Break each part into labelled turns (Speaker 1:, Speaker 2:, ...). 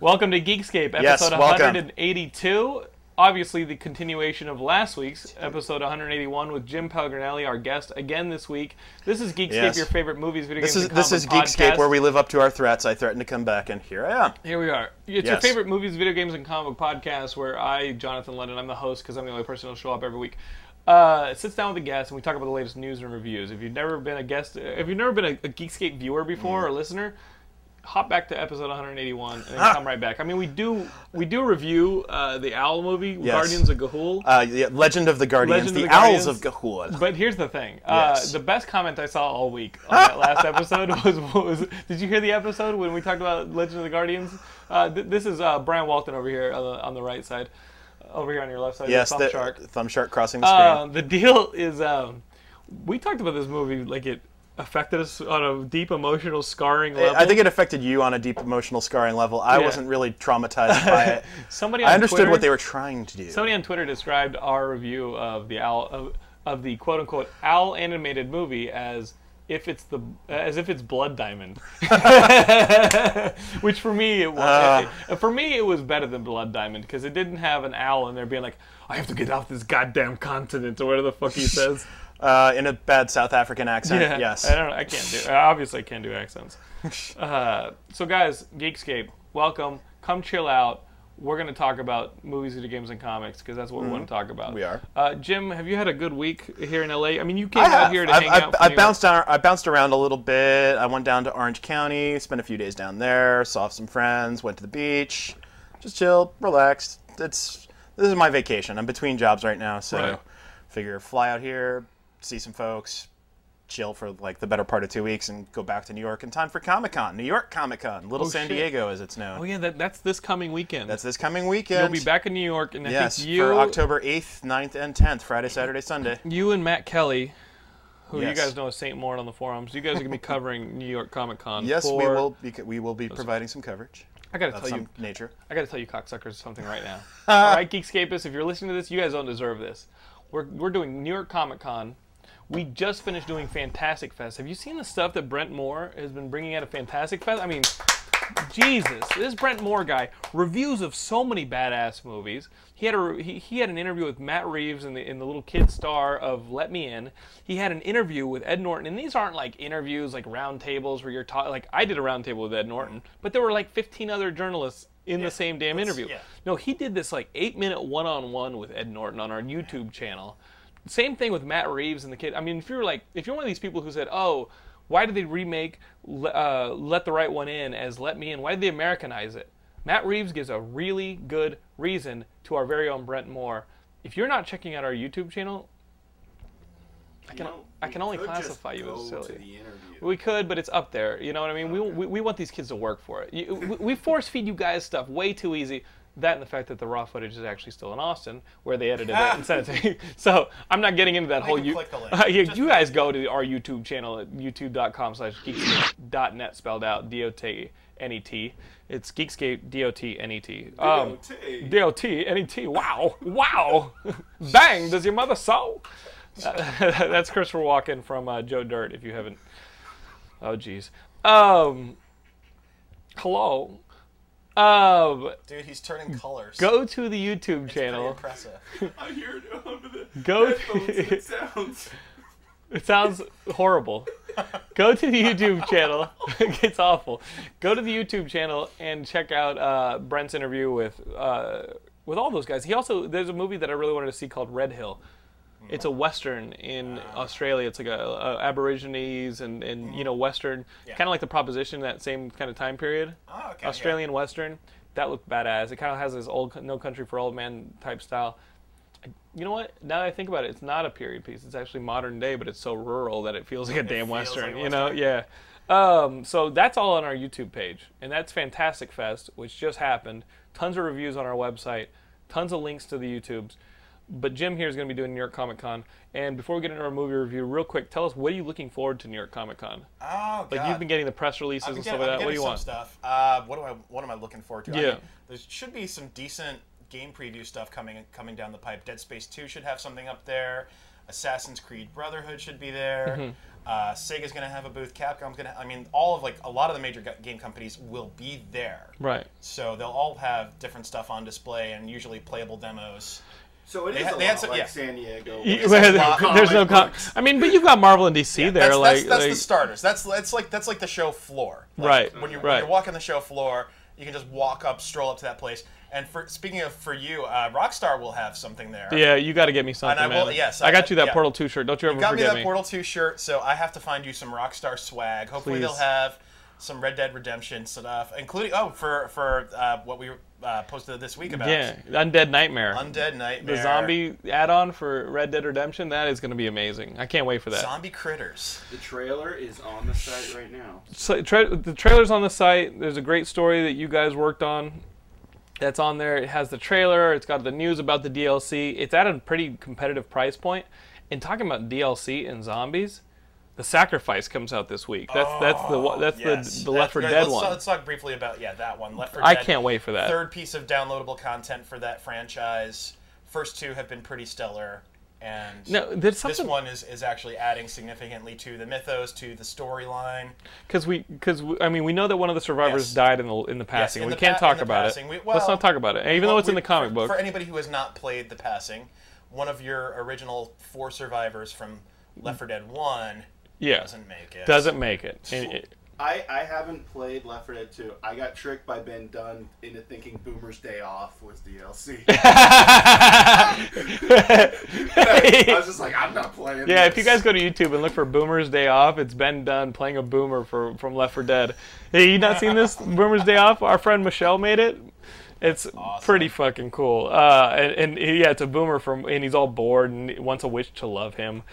Speaker 1: Welcome to Geekscape, episode
Speaker 2: Yes, welcome.
Speaker 1: 182. Obviously, the continuation of last week's episode 181 with Jim Pellegrinelli, our guest again this week. This is Geekscape,
Speaker 2: Yes.
Speaker 1: your favorite movies, video
Speaker 2: This
Speaker 1: games,
Speaker 2: is
Speaker 1: and
Speaker 2: this is
Speaker 1: comic
Speaker 2: Geekscape
Speaker 1: podcast.
Speaker 2: where we live up to our threats. I threatened to come back, and here I am.
Speaker 1: Here we are. It's your
Speaker 2: Yes.
Speaker 1: favorite movies, video games, and comic book podcast where I, Jonathan Lennon, I'm the host because I'm the only person who'll show up every week. Uh, sits down with a guest and we talk about the latest news and reviews. If you've never been a guest, if you've never been a, a Geekscape viewer before or listener, hop back to episode 181 and then come right back. I mean, we do we do review uh, the Owl movie, Guardians of Gahul.
Speaker 2: Uh, yeah, Legend of the Guardians,
Speaker 1: Legend
Speaker 2: the,
Speaker 1: of the
Speaker 2: Owls
Speaker 1: Guardians.
Speaker 2: of Gahul.
Speaker 1: But here's the thing. Uh,
Speaker 2: Yes.
Speaker 1: the best comment I saw all week on that last episode was, was Did you hear the episode when we talked about Legend of the Guardians? Uh, th- this is uh, Brian Walton over here on the, on the right side, over here on your left side.
Speaker 2: yes,
Speaker 1: the
Speaker 2: the
Speaker 1: thumb shark.
Speaker 2: thumb shark crossing the
Speaker 1: Uh,
Speaker 2: screen.
Speaker 1: the deal is um, we talked about this movie like it affected us on a deep emotional scarring level.
Speaker 2: I think it affected you on a deep emotional scarring level. I
Speaker 1: Yeah.
Speaker 2: wasn't really traumatized by it.
Speaker 1: somebody on
Speaker 2: I understood
Speaker 1: Twitter-
Speaker 2: what they were trying to do.
Speaker 1: Somebody on Twitter described our review of the owl of, of the quote unquote owl animated movie as if it's the as if it's Blood Diamond, which for me it was for me it was better than Blood Diamond because it didn't have an owl in there being like I have to get off this goddamn continent or whatever the fuck he says.
Speaker 2: uh, in a bad South African accent. Yes.
Speaker 1: I don't know. I can't do. I Obviously, I can't do accents. Uh, so, guys, Geekscape, welcome. Come chill out. We're going to talk about movies, video games, and comics because that's what we want to talk about.
Speaker 2: Mm-hmm. We are.
Speaker 1: Uh, Jim, have you had a good week here in LA? I mean, you came
Speaker 2: I
Speaker 1: out
Speaker 2: have.
Speaker 1: here to
Speaker 2: I've-
Speaker 1: hang
Speaker 2: I've-
Speaker 1: out.
Speaker 2: I
Speaker 1: from New
Speaker 2: bounced down. I bounced around a little bit. I went down to Orange County, spent a few days down there, saw some friends, went to the beach, just chilled, relaxed. It's this is my vacation. I'm between jobs right now, so
Speaker 1: Right.
Speaker 2: figure fly out here, see some folks, chill for like the better part of two weeks, and go back to New York in time for Comic Con, New York Comic Con, Little
Speaker 1: Oh,
Speaker 2: San
Speaker 1: shit.
Speaker 2: Diego as it's known.
Speaker 1: Oh yeah, that, that's this coming weekend.
Speaker 2: That's this coming weekend.
Speaker 1: You'll be back in New York, and I
Speaker 2: Yes,
Speaker 1: think you,
Speaker 2: for October 8th, 9th, and 10th, Friday, Saturday, Sunday.
Speaker 1: you and Matt Kelly. Who you
Speaker 2: Yes.
Speaker 1: guys know as Saint Maud on the forums? You guys are gonna be covering New York Comic Con.
Speaker 2: Yes, we
Speaker 1: for-
Speaker 2: will. Be, we will be providing some coverage.
Speaker 1: I gotta
Speaker 2: of
Speaker 1: tell you,
Speaker 2: some nature.
Speaker 1: I gotta tell you, cocksuckers, something right now. All right, Geekscapists, if you're listening to this, you guys don't deserve this. We're, we're doing New York Comic Con. We just finished doing Fantastic Fest. Have you seen the stuff that Brent Moore has been bringing out of Fantastic Fest? I mean, Jesus, this Brent Moore guy reviews of so many badass movies. He had a re- he, he had an interview with Matt Reeves and the in the little kid star of Let Me In. He had an interview with Ed Norton, and these aren't like interviews like round tables where you're talking. Like I did a round table with Ed Norton, but there were like 15 other journalists in the same damn interview.
Speaker 2: yeah.
Speaker 1: No, he did this like eight minute one on one with Ed Norton on our YouTube channel. Same thing with Matt Reeves and the kid. I mean, if you're like, if you're one of these people who said, "Oh, why did they remake Le- uh, Let the Right One In as Let Me In? Why did they Americanize it?" Matt Reeves gives a really good reason to our very own Brent Moore. If you're not checking out our YouTube channel, I can I can only classify you as silly. We could, but it's up there. You know what I mean? We, we, we want these kids to work for it. You, we, we force feed you guys stuff way too easy. That and the fact that the raw footage is actually still in Austin, where they edited it and sent it to me. So I'm not getting into that whole.
Speaker 2: can
Speaker 1: you-
Speaker 2: click the link.
Speaker 1: Uh, yeah, you guys go to our YouTube channel at youtube.com slash geekscape.net spelled out D O T N E T. It's Geekscape D O T N E T. Um, D O T N E T. Wow. Wow. Bang. Does your mother sew? Uh, that's Christopher Walken from uh, Joe Dirt, if you haven't. Oh, jeez. Um, hello. Um,
Speaker 2: Dude, he's turning colors.
Speaker 1: go to the YouTube channel.
Speaker 2: Impressive.
Speaker 3: I hear it over the
Speaker 1: Go
Speaker 3: headphones.
Speaker 1: to,
Speaker 3: It sounds.
Speaker 1: it sounds horrible. Go to the YouTube channel. it's awful. Go to the YouTube channel and check out uh, Brent's interview with uh, with all those guys. He also there's a movie that I really wanted to see called Red Hill. It's a western in Australia. It's like a, a Aborigines and, and you know western, kind of like the Proposition, that same kind of time period.
Speaker 2: Oh, okay,
Speaker 1: Australian western. That looked badass. It kind of has this old No Country for Old Man type style. You know what? Now that I think about it, it's not a period piece. It's actually modern day, but it's so rural that it feels like a damn western.
Speaker 2: like
Speaker 1: you know? Yeah. Um, so that's all on our YouTube page, and that's Fantastic Fest, which just happened. Tons of reviews on our website, tons of links to the YouTubes. But Jim here is going to be doing New York Comic Con, and before we get into our movie review, real quick, tell us what are you looking forward to New York Comic Con?
Speaker 2: Oh, God.
Speaker 1: Like you've been getting the press releases
Speaker 2: I'm
Speaker 1: and
Speaker 2: getting-
Speaker 1: stuff like
Speaker 2: I'm
Speaker 1: that. What do
Speaker 2: getting
Speaker 1: you
Speaker 2: some
Speaker 1: want?
Speaker 2: Stuff. Uh, what do I? What am I looking forward to? I
Speaker 1: Yeah.
Speaker 2: mean, there should be some decent game preview stuff coming coming down the pipe. Dead Space Two should have something up there. Assassin's Creed Brotherhood should be there.
Speaker 1: Mm-hmm.
Speaker 2: Uh, Sega's going to have a booth. Capcom's going to. I mean, all of like a lot of the major ga- game companies will be there.
Speaker 1: Right.
Speaker 2: So they'll all have different stuff on display and usually playable demos.
Speaker 4: So it
Speaker 2: They
Speaker 4: is
Speaker 2: ha-
Speaker 4: a
Speaker 2: they
Speaker 4: lot
Speaker 2: had some-
Speaker 4: like
Speaker 2: yeah.
Speaker 4: San Diego.
Speaker 1: You-
Speaker 4: where it's
Speaker 1: there's
Speaker 4: a lot
Speaker 1: no
Speaker 4: comic
Speaker 1: con-
Speaker 4: books.
Speaker 1: I mean, but you've got Marvel and DC there,
Speaker 2: that's,
Speaker 1: like,
Speaker 2: that's, that's the
Speaker 1: like-
Speaker 2: starters. That's that's like that's like the show floor. Like,
Speaker 1: Right,
Speaker 2: When you're
Speaker 1: right.
Speaker 2: when you're walking the show floor, you can just walk up, stroll up to that place. And for speaking of for you, uh, Rockstar will have something there.
Speaker 1: yeah, you got to get me something,
Speaker 2: And I will-
Speaker 1: man.
Speaker 2: yes,
Speaker 1: I got you that
Speaker 2: yeah.
Speaker 1: Portal Two shirt. Don't you ever
Speaker 2: Got me
Speaker 1: forget
Speaker 2: that Portal 2 shirt, so I have to find you some Rockstar swag. Hopefully
Speaker 1: Please.
Speaker 2: they'll have some Red Dead Redemption stuff, including oh for for uh, what we uh, posted this week about
Speaker 1: Yeah, Undead Nightmare,
Speaker 2: Undead Nightmare,
Speaker 1: the zombie add-on for Red Dead Redemption. That is going to be amazing. I can't wait for that.
Speaker 2: zombie critters.
Speaker 4: The trailer is on the site right now.
Speaker 1: so, tra- the trailer's on the site. There's a great story that you guys worked on. That's on there. It has the trailer. It's got the news about the DLC. It's at a pretty competitive price point. And talking about DLC and zombies, the sacrifice comes out this week. That's that's the one- that's
Speaker 2: Oh, Yes.
Speaker 1: the, the Left 4
Speaker 2: That's-
Speaker 1: Dead
Speaker 2: let's,
Speaker 1: one.
Speaker 2: Let's talk briefly about yeah that one. Left 4
Speaker 1: I
Speaker 2: Dead.
Speaker 1: can't wait for that.
Speaker 2: Third piece of downloadable content for that franchise. First two have been pretty stellar, and
Speaker 1: no, there's
Speaker 2: this
Speaker 1: something
Speaker 2: one is, is actually adding significantly to the mythos, to the storyline.
Speaker 1: because we because I mean we know that one of the survivors
Speaker 2: Yes.
Speaker 1: died in the in the passing.
Speaker 2: in
Speaker 1: we
Speaker 2: the
Speaker 1: can't
Speaker 2: pa-
Speaker 1: talk
Speaker 2: in the
Speaker 1: about
Speaker 2: passing.
Speaker 1: it.
Speaker 2: We-
Speaker 1: Let's
Speaker 2: well,
Speaker 1: not talk about it. And even
Speaker 2: Well,
Speaker 1: though it's in
Speaker 2: we-
Speaker 1: the comic
Speaker 2: for,
Speaker 1: book,
Speaker 2: For anybody who has not played The Passing, one of your original four survivors from Left 4 Dead 1
Speaker 1: yeah,
Speaker 2: doesn't make it.
Speaker 1: doesn't make it. And it-
Speaker 4: I, I haven't played Left 4 Dead 2. I got tricked by Ben Dunn into thinking Boomer's Day Off was DLC. I was just like, I'm not playing.
Speaker 1: Yeah,
Speaker 4: this.
Speaker 1: if you guys go to YouTube and look for Boomer's Day Off, it's Ben Dunn playing a boomer for, from Left 4 Dead. Hey, you not seen this Boomer's Day Off? Our friend Michelle made it. It's pretty fucking cool. Uh, and, and yeah, it's a boomer from, and he's all bored and wants a witch to love him.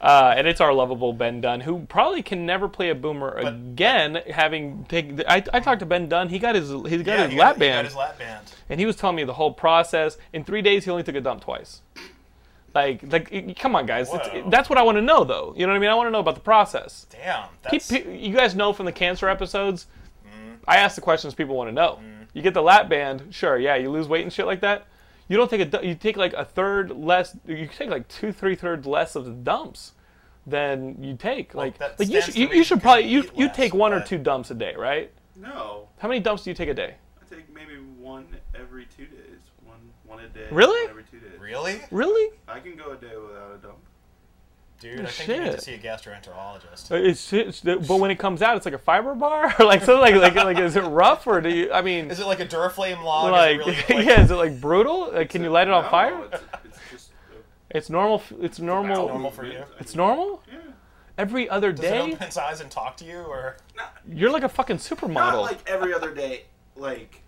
Speaker 1: Uh, and it's our lovable Ben Dunn, who probably can never play a boomer again, having taken. I, I talked to Ben Dunn. He got his he got
Speaker 2: yeah,
Speaker 1: his lap
Speaker 2: he got- he got
Speaker 1: band
Speaker 2: his lap band.
Speaker 1: and he was telling me the whole process. In three days, he only took a dump twice. Like, like, it- come on, guys. It's,
Speaker 2: Whoa.
Speaker 1: that's what I want to know, though. You know what I mean? I want to know about the process.
Speaker 2: Damn.
Speaker 1: Pe-
Speaker 2: That's, Mm-hmm.
Speaker 1: pe- you guys know from the cancer episodes, I ask the questions people want to know. You get the lap band, sure, yeah. You lose weight and shit like that. You don't take a, du- you take like a third less. You take like two, three thirds less of the dumps than you take. like,
Speaker 2: that
Speaker 1: like you
Speaker 2: stands
Speaker 1: should,
Speaker 2: to
Speaker 1: you,
Speaker 2: reason
Speaker 1: you should
Speaker 2: because
Speaker 1: probably
Speaker 2: you
Speaker 1: you
Speaker 2: eat
Speaker 1: you
Speaker 2: less,
Speaker 1: take one or
Speaker 2: but-
Speaker 1: two dumps a day, right?
Speaker 4: No,
Speaker 1: How many dumps do you take a day?
Speaker 4: I take maybe one every two days. One, one a day.
Speaker 1: Really?
Speaker 4: One every two days.
Speaker 2: really?
Speaker 1: Really?
Speaker 4: I can go a day without a dump.
Speaker 2: Dude, I think you need to
Speaker 1: Shit.
Speaker 2: see a gastroenterologist.
Speaker 1: It's, it's but when it comes out, it's like a fiber bar, or like something like like like is it rough or do you? I mean,
Speaker 2: Is it like a Duraflame log?
Speaker 1: like,
Speaker 2: Is it really like,
Speaker 1: yeah, is it like brutal? Like, can you light it on
Speaker 4: No,
Speaker 1: fire?
Speaker 4: It's, it's just a
Speaker 1: It's normal. f- It's normal.
Speaker 4: bowel
Speaker 2: normal for
Speaker 4: movement.
Speaker 2: you?
Speaker 4: I
Speaker 1: It's
Speaker 4: mean,
Speaker 1: normal.
Speaker 4: Yeah.
Speaker 1: Every other
Speaker 2: Does it
Speaker 1: day,
Speaker 2: open its eyes and talk to you, or
Speaker 1: you're like a fucking
Speaker 4: Not
Speaker 1: supermodel.
Speaker 4: like every other day, like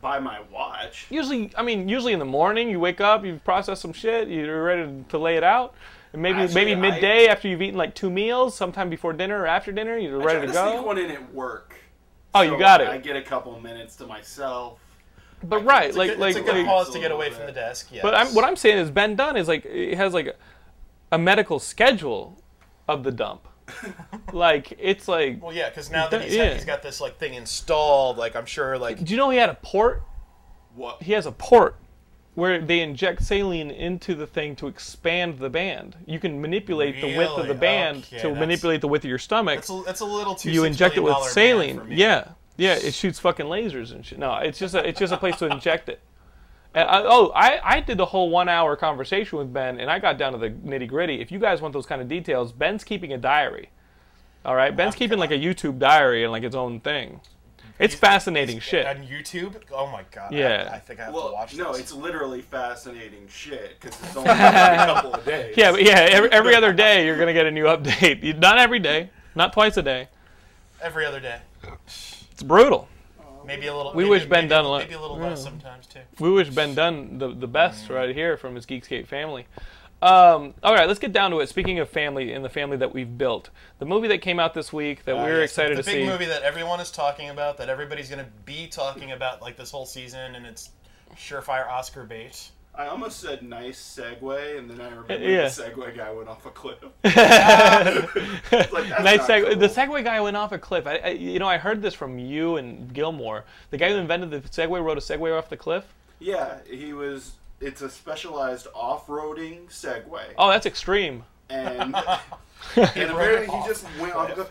Speaker 4: by my watch.
Speaker 1: usually, I mean, usually in the morning, you wake up, you've processed some shit, you're ready to lay it out. And maybe
Speaker 4: Actually,
Speaker 1: maybe
Speaker 4: I-
Speaker 1: midday after you've eaten like two meals, sometime before dinner or after dinner, you're
Speaker 4: I try
Speaker 1: ready to
Speaker 4: to
Speaker 1: go.
Speaker 4: sneak one in at work.
Speaker 1: Oh, you
Speaker 4: so
Speaker 1: got it.
Speaker 4: I get a couple minutes to myself.
Speaker 1: but right, like
Speaker 2: it's
Speaker 1: like
Speaker 2: a good
Speaker 1: like,
Speaker 2: pause to
Speaker 4: a
Speaker 2: get
Speaker 4: little
Speaker 2: away
Speaker 4: bit.
Speaker 2: from the desk? Yes.
Speaker 1: But I'm, what I'm saying is Ben Dunn is like it has like a, a medical schedule of the dump. like it's like
Speaker 2: well, yeah, because now that
Speaker 1: That-
Speaker 2: he's,
Speaker 1: yeah.
Speaker 2: he's got this like thing installed, like I'm sure, like
Speaker 1: do you know he had a port?
Speaker 4: What?
Speaker 1: He has a port where they inject saline into the thing to expand the band. You can manipulate the width of
Speaker 2: Really?
Speaker 1: the band
Speaker 2: Okay,
Speaker 1: to
Speaker 2: that's-
Speaker 1: manipulate the width of your stomach.
Speaker 2: it's a, it's a little too.
Speaker 1: You
Speaker 2: $6
Speaker 1: inject it with
Speaker 2: million man for
Speaker 1: saline.
Speaker 2: me.
Speaker 1: Yeah. Yeah, it shoots fucking lasers and shit. No, it's just a, it's just a place to inject it. And I, oh, I, I did the whole one hour conversation with Ben, and I got down to the nitty gritty. If you guys want those kind of details, Ben's keeping a diary. All right, Ben's keeping like a YouTube diary and like its own thing. It's fascinating shit.
Speaker 2: on YouTube. Oh my god! I-
Speaker 1: Yeah.
Speaker 2: I, think I have to
Speaker 4: Well,
Speaker 2: watch.
Speaker 4: no,
Speaker 2: this.
Speaker 4: it's literally fascinating shit because it's only been a couple of days.
Speaker 1: Yeah, but yeah, every, every other day you're gonna get a new update. You- Not every day, not twice a day.
Speaker 2: every other day.
Speaker 1: It's brutal.
Speaker 2: Maybe a little.
Speaker 1: We
Speaker 2: maybe-
Speaker 1: wish Ben
Speaker 2: maybe-
Speaker 1: Dunn le-
Speaker 2: Maybe a little less sometimes too.
Speaker 1: We wish Ben Dunn the, the best right here from his Geekscape family. Um, all right, let's get down to it. Speaking of family and the family that we've built, the movie that came out this week that we
Speaker 2: Uh,
Speaker 1: were
Speaker 2: yes,
Speaker 1: excited
Speaker 2: the
Speaker 1: to
Speaker 2: big
Speaker 1: see.
Speaker 2: movie that everyone is talking about, that everybody's going to be talking about like this whole season, and it's surefire Oscar bait.
Speaker 4: I almost said nice segue, and then I remember
Speaker 1: Yeah.
Speaker 4: the segue guy went off a cliff. It's like, that's
Speaker 1: Nice
Speaker 4: not
Speaker 1: seg-
Speaker 4: cool.
Speaker 1: The Segway guy went off a cliff. I, I, you know, I heard this from you and Gilmore. The guy who invented the Segway rode a Segway off the cliff.
Speaker 4: Yeah, he was. It's a specialized off-roading Segway,
Speaker 1: Oh, that's extreme.
Speaker 4: and and apparently he just went off. Go-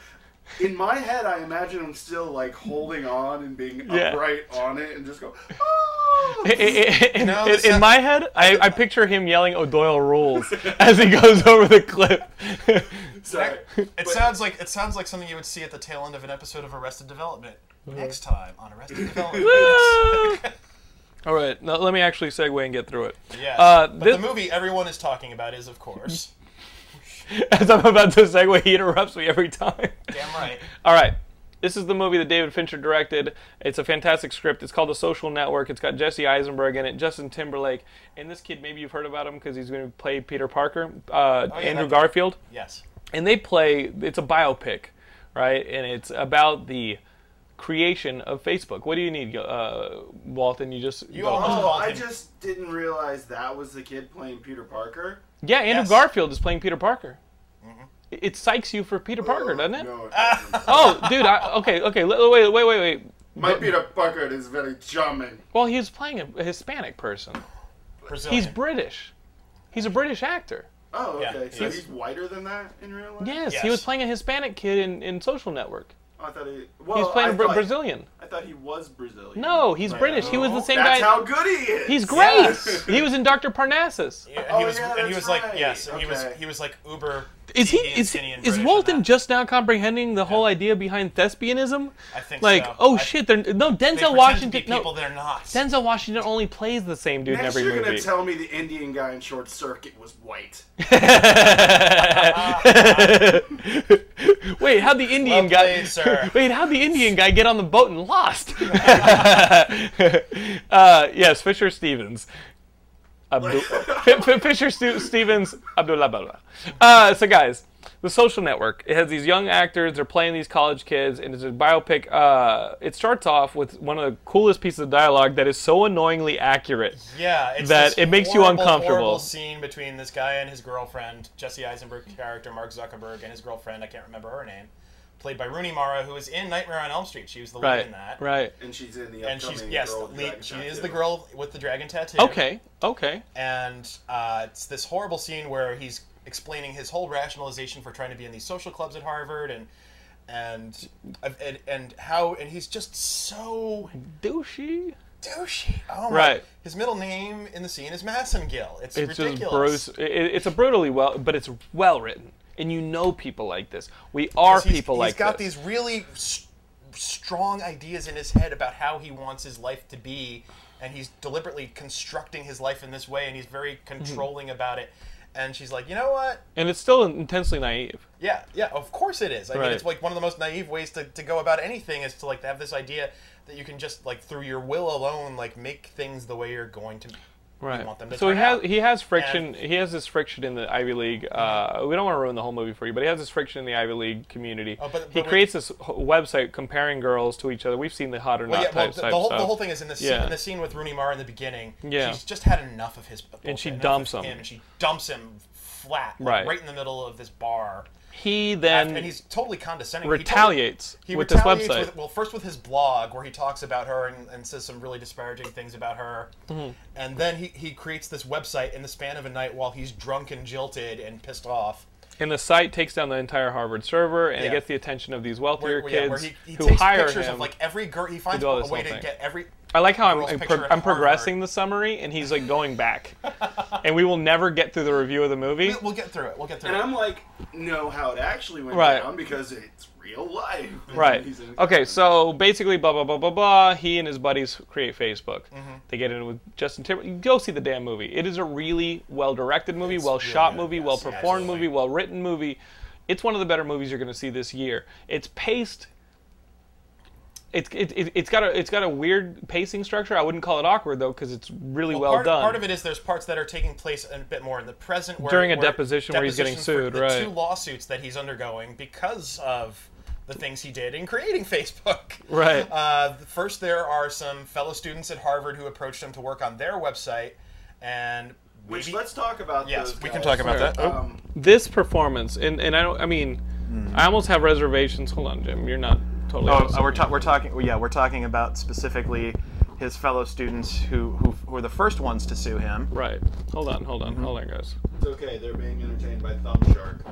Speaker 4: in my head, I imagine him still like holding on and being
Speaker 1: Yeah.
Speaker 4: upright on it, and just go. Oh!
Speaker 1: in,
Speaker 2: No,
Speaker 1: in-
Speaker 2: this
Speaker 1: in
Speaker 2: sound-
Speaker 1: my head, I, I picture him yelling O'Doyle rules as he goes over the cliff.
Speaker 4: Sorry.
Speaker 2: It sounds like it sounds like something you would see at the tail end of an episode of Arrested Development. Next time on Arrested Development.
Speaker 1: All right, now let me actually segue and get through it.
Speaker 2: yes.
Speaker 1: Uh,
Speaker 2: but
Speaker 1: this-
Speaker 2: the movie everyone is talking about is, of course,
Speaker 1: As I'm about to segue, he interrupts me every time.
Speaker 2: damn right.
Speaker 1: All right. This is the movie that David Fincher directed. It's a fantastic script. It's called The Social Network. It's got Jesse Eisenberg in it, Justin Timberlake, and this kid. Maybe you've heard about him because he's going to play Peter Parker, uh,
Speaker 2: Oh, yeah,
Speaker 1: Andrew
Speaker 2: that-
Speaker 1: Garfield,
Speaker 2: Yes.
Speaker 1: and they play. It's a biopic, right? And it's about the creation of Facebook. What do you need, uh, Walton? You just
Speaker 2: You
Speaker 1: go.
Speaker 2: all-
Speaker 4: Oh, I
Speaker 2: Walton.
Speaker 4: just didn't realize that was the kid playing Peter Parker.
Speaker 1: yeah. Andrew
Speaker 2: Yes.
Speaker 1: Garfield is playing Peter Parker. It psychs you for Peter Parker, doesn't it?
Speaker 4: No, it doesn't.
Speaker 1: Oh, dude. I, okay, okay. l- Wait, wait, wait, wait.
Speaker 4: my Peter Parker is very charming.
Speaker 1: Well, he was playing a- a Hispanic person.
Speaker 2: Brazilian.
Speaker 1: He's British. He's a British actor.
Speaker 4: Oh,
Speaker 2: Yeah,
Speaker 4: okay. so
Speaker 2: yes.
Speaker 4: he's whiter than that in real life.
Speaker 1: Yes,
Speaker 2: Yes.
Speaker 1: he was playing a Hispanic kid in, in Social Network.
Speaker 4: Oh, I thought he. Well,
Speaker 1: He was playing
Speaker 4: I
Speaker 1: a Bra-
Speaker 4: thought-
Speaker 1: Brazilian.
Speaker 4: I thought he was Brazilian.
Speaker 1: No, he's
Speaker 4: Right.
Speaker 1: British. He was the same
Speaker 4: That's
Speaker 1: guy.
Speaker 4: how good he is.
Speaker 1: He's great.
Speaker 2: Yes.
Speaker 1: He was in Dr. Parnassus.
Speaker 2: Yeah, and
Speaker 4: Oh,
Speaker 2: he was,
Speaker 4: yeah,
Speaker 2: and he
Speaker 4: that's
Speaker 2: was like,
Speaker 4: right.
Speaker 2: yes, and he was,
Speaker 4: Okay.
Speaker 2: he was like uber.
Speaker 1: Is he
Speaker 2: geeky and
Speaker 1: is,
Speaker 2: skinny and
Speaker 1: is
Speaker 2: British
Speaker 1: Walton
Speaker 2: and that.
Speaker 1: just now comprehending the whole idea behind thespianism?
Speaker 2: I think
Speaker 1: Like,
Speaker 2: so.
Speaker 1: oh
Speaker 2: I-
Speaker 1: shit, they're no
Speaker 2: They
Speaker 1: Denzel
Speaker 2: pretend
Speaker 1: Washington.
Speaker 2: to be people
Speaker 1: no,
Speaker 2: they're not.
Speaker 1: Denzel Washington only plays the same dude
Speaker 4: Next,
Speaker 1: in
Speaker 4: you're
Speaker 1: every
Speaker 4: gonna
Speaker 1: movie.
Speaker 4: tell me the Indian guy in Short Circuit was white.
Speaker 1: Wait, how'd the Indian
Speaker 2: Well
Speaker 1: guy?
Speaker 2: played, Oh, sir.
Speaker 1: Wait, how'd the Indian guy get on the boat and lost? uh, yes, Fisher Stevens. Abdul- F- F- Fisher Stu- Stevens Abdullah blah, blah. Uh, so guys, the Social Network. It has these young actors. They're playing these college kids, and it's a biopic. Uh, it starts off with one of the coolest pieces of dialogue that is so annoyingly accurate.
Speaker 2: yeah, it's
Speaker 1: that
Speaker 2: this
Speaker 1: it makes you
Speaker 2: horrible,
Speaker 1: uncomfortable.
Speaker 2: Horrible scene between this guy and his girlfriend, Jesse Eisenberg character Mark Zuckerberg, and his girlfriend. I can't remember her name, played by Rooney Mara, who was in Nightmare on Elm Street. She was the lead
Speaker 1: Right.
Speaker 2: in that.
Speaker 1: Right.
Speaker 4: And she's in the upcoming
Speaker 2: And she's yes,
Speaker 4: girl
Speaker 2: the
Speaker 4: with
Speaker 2: lead,
Speaker 4: dragon
Speaker 2: she
Speaker 4: tattoo.
Speaker 2: is the girl with the dragon tattoo.
Speaker 1: Okay. Okay.
Speaker 2: and uh, it's this horrible scene where he's explaining his whole rationalization for trying to be in these social clubs at Harvard and and and, and how and he's just so
Speaker 1: Douchey.
Speaker 2: douchey. Oh my!
Speaker 1: Right.
Speaker 2: His middle name in the scene is Massengill. It's,
Speaker 1: it's
Speaker 2: ridiculous.
Speaker 1: just Bruce. It, it's a brutally well, but it's well written, and you know people like this. We are
Speaker 2: He's-
Speaker 1: people
Speaker 2: he's
Speaker 1: like
Speaker 2: got
Speaker 1: this.
Speaker 2: these really s strong ideas in his head about how he wants his life to be, and he's deliberately constructing his life in this way, and he's very
Speaker 1: Mm-hmm.
Speaker 2: controlling about it. And she's like, you know what?
Speaker 1: and it's still intensely naive.
Speaker 2: Yeah, yeah, of course it is. I
Speaker 1: Right.
Speaker 2: mean, it's like one of the most naive ways to, to go about anything is to like have this idea that you can just like through your will alone like make things the way you're going to.
Speaker 1: Right.
Speaker 2: want them to
Speaker 1: So he
Speaker 2: turn
Speaker 1: has
Speaker 2: out.
Speaker 1: he has friction. he has this friction in the Ivy League. Uh, we don't want to ruin the whole movie for you, but he has this friction in the Ivy League community.
Speaker 2: Oh, but-
Speaker 1: he
Speaker 2: but we-
Speaker 1: creates this ho- website comparing girls to each other. We've seen the hot or
Speaker 2: Well,
Speaker 1: not
Speaker 2: yeah, well,
Speaker 1: type,
Speaker 2: the, the
Speaker 1: type
Speaker 2: whole
Speaker 1: stuff.
Speaker 2: the whole thing is in the scene,
Speaker 1: Yeah.
Speaker 2: in the scene with Rooney Mara in the beginning.
Speaker 1: Yeah.
Speaker 2: she's just had enough of his. bullshit,
Speaker 1: she
Speaker 2: enough of
Speaker 1: dumps him.
Speaker 2: and she dumps him flat, like,
Speaker 1: Right.
Speaker 2: right in the middle of this bar,
Speaker 1: he
Speaker 2: and,
Speaker 1: then
Speaker 2: he's totally condescending. He totally-
Speaker 1: retaliates
Speaker 2: He
Speaker 1: with this
Speaker 2: retaliates
Speaker 1: website.
Speaker 2: With, well, first with his blog, where he talks about her and, and says some really disparaging things about her,
Speaker 1: Mm-hmm.
Speaker 2: and then he, he creates this website in the span of a night while he's drunk and jilted and pissed off.
Speaker 1: And the site takes down the entire Harvard server, and it
Speaker 2: Yeah.
Speaker 1: gets the attention of these wealthier
Speaker 2: Where, where- yeah,
Speaker 1: kids
Speaker 2: where he, he
Speaker 1: who
Speaker 2: takes
Speaker 1: hire
Speaker 2: pictures
Speaker 1: him.
Speaker 2: of like every girl. He finds
Speaker 1: do all
Speaker 2: a
Speaker 1: this
Speaker 2: way
Speaker 1: whole
Speaker 2: to
Speaker 1: thing.
Speaker 2: get every.
Speaker 1: I like how I'm,
Speaker 2: girl's
Speaker 1: I'm,
Speaker 2: picture
Speaker 1: pro-
Speaker 2: at
Speaker 1: I'm
Speaker 2: Harvard.
Speaker 1: progressing the summary, and he's like going back, and we will never get through the review of the movie.
Speaker 2: We'll get through it. We'll get through
Speaker 4: And
Speaker 2: it.
Speaker 4: I'm like, know how it actually went
Speaker 1: Right.
Speaker 4: down because it's real life. And
Speaker 1: Right.
Speaker 4: he's in-
Speaker 1: Okay, so basically, blah blah blah blah blah. He and his buddies create Facebook.
Speaker 2: Mm-hmm.
Speaker 1: They get in with Justin Timberlake. Go see the damn movie. It is a really well directed movie, well shot
Speaker 2: good,
Speaker 1: movie,
Speaker 2: yes,
Speaker 1: well performed
Speaker 2: absolutely.
Speaker 1: movie, well written movie. It's one of the better movies you're going to see this year. It's paced. It's it, it, it's got a it's got a weird pacing structure. I wouldn't call it awkward though, because it's really well,
Speaker 2: part,
Speaker 1: done.
Speaker 2: Part of it is there's parts that are taking place a bit more in the present where,
Speaker 1: During a
Speaker 2: where-
Speaker 1: deposition where he's getting
Speaker 2: deposition
Speaker 1: sued,
Speaker 2: for
Speaker 1: right.
Speaker 2: The two lawsuits that he's undergoing because of the things he did in creating Facebook.
Speaker 1: Right.
Speaker 2: Uh, first, there are some fellow students at Harvard who approached him to work on their website, and
Speaker 4: Which
Speaker 2: maybe-
Speaker 4: let's talk about.
Speaker 2: yes,
Speaker 4: those
Speaker 2: we can
Speaker 4: guys.
Speaker 2: talk about
Speaker 1: Sure.
Speaker 2: that. Oh.
Speaker 4: Um,
Speaker 1: this performance, and, and I don't. I mean,
Speaker 2: Hmm.
Speaker 1: I almost have reservations. Hold on, Jim. You're not totally.
Speaker 2: Oh,
Speaker 1: awesome.
Speaker 2: I- So- we're we're ta- we're talking. Yeah, we're talking about specifically his fellow students who who, who were the first ones to sue him. Mm-hmm.
Speaker 1: Right. Hold on. Hold on. Hold on, guys.
Speaker 4: It's okay. They're being entertained by Thumb Shark.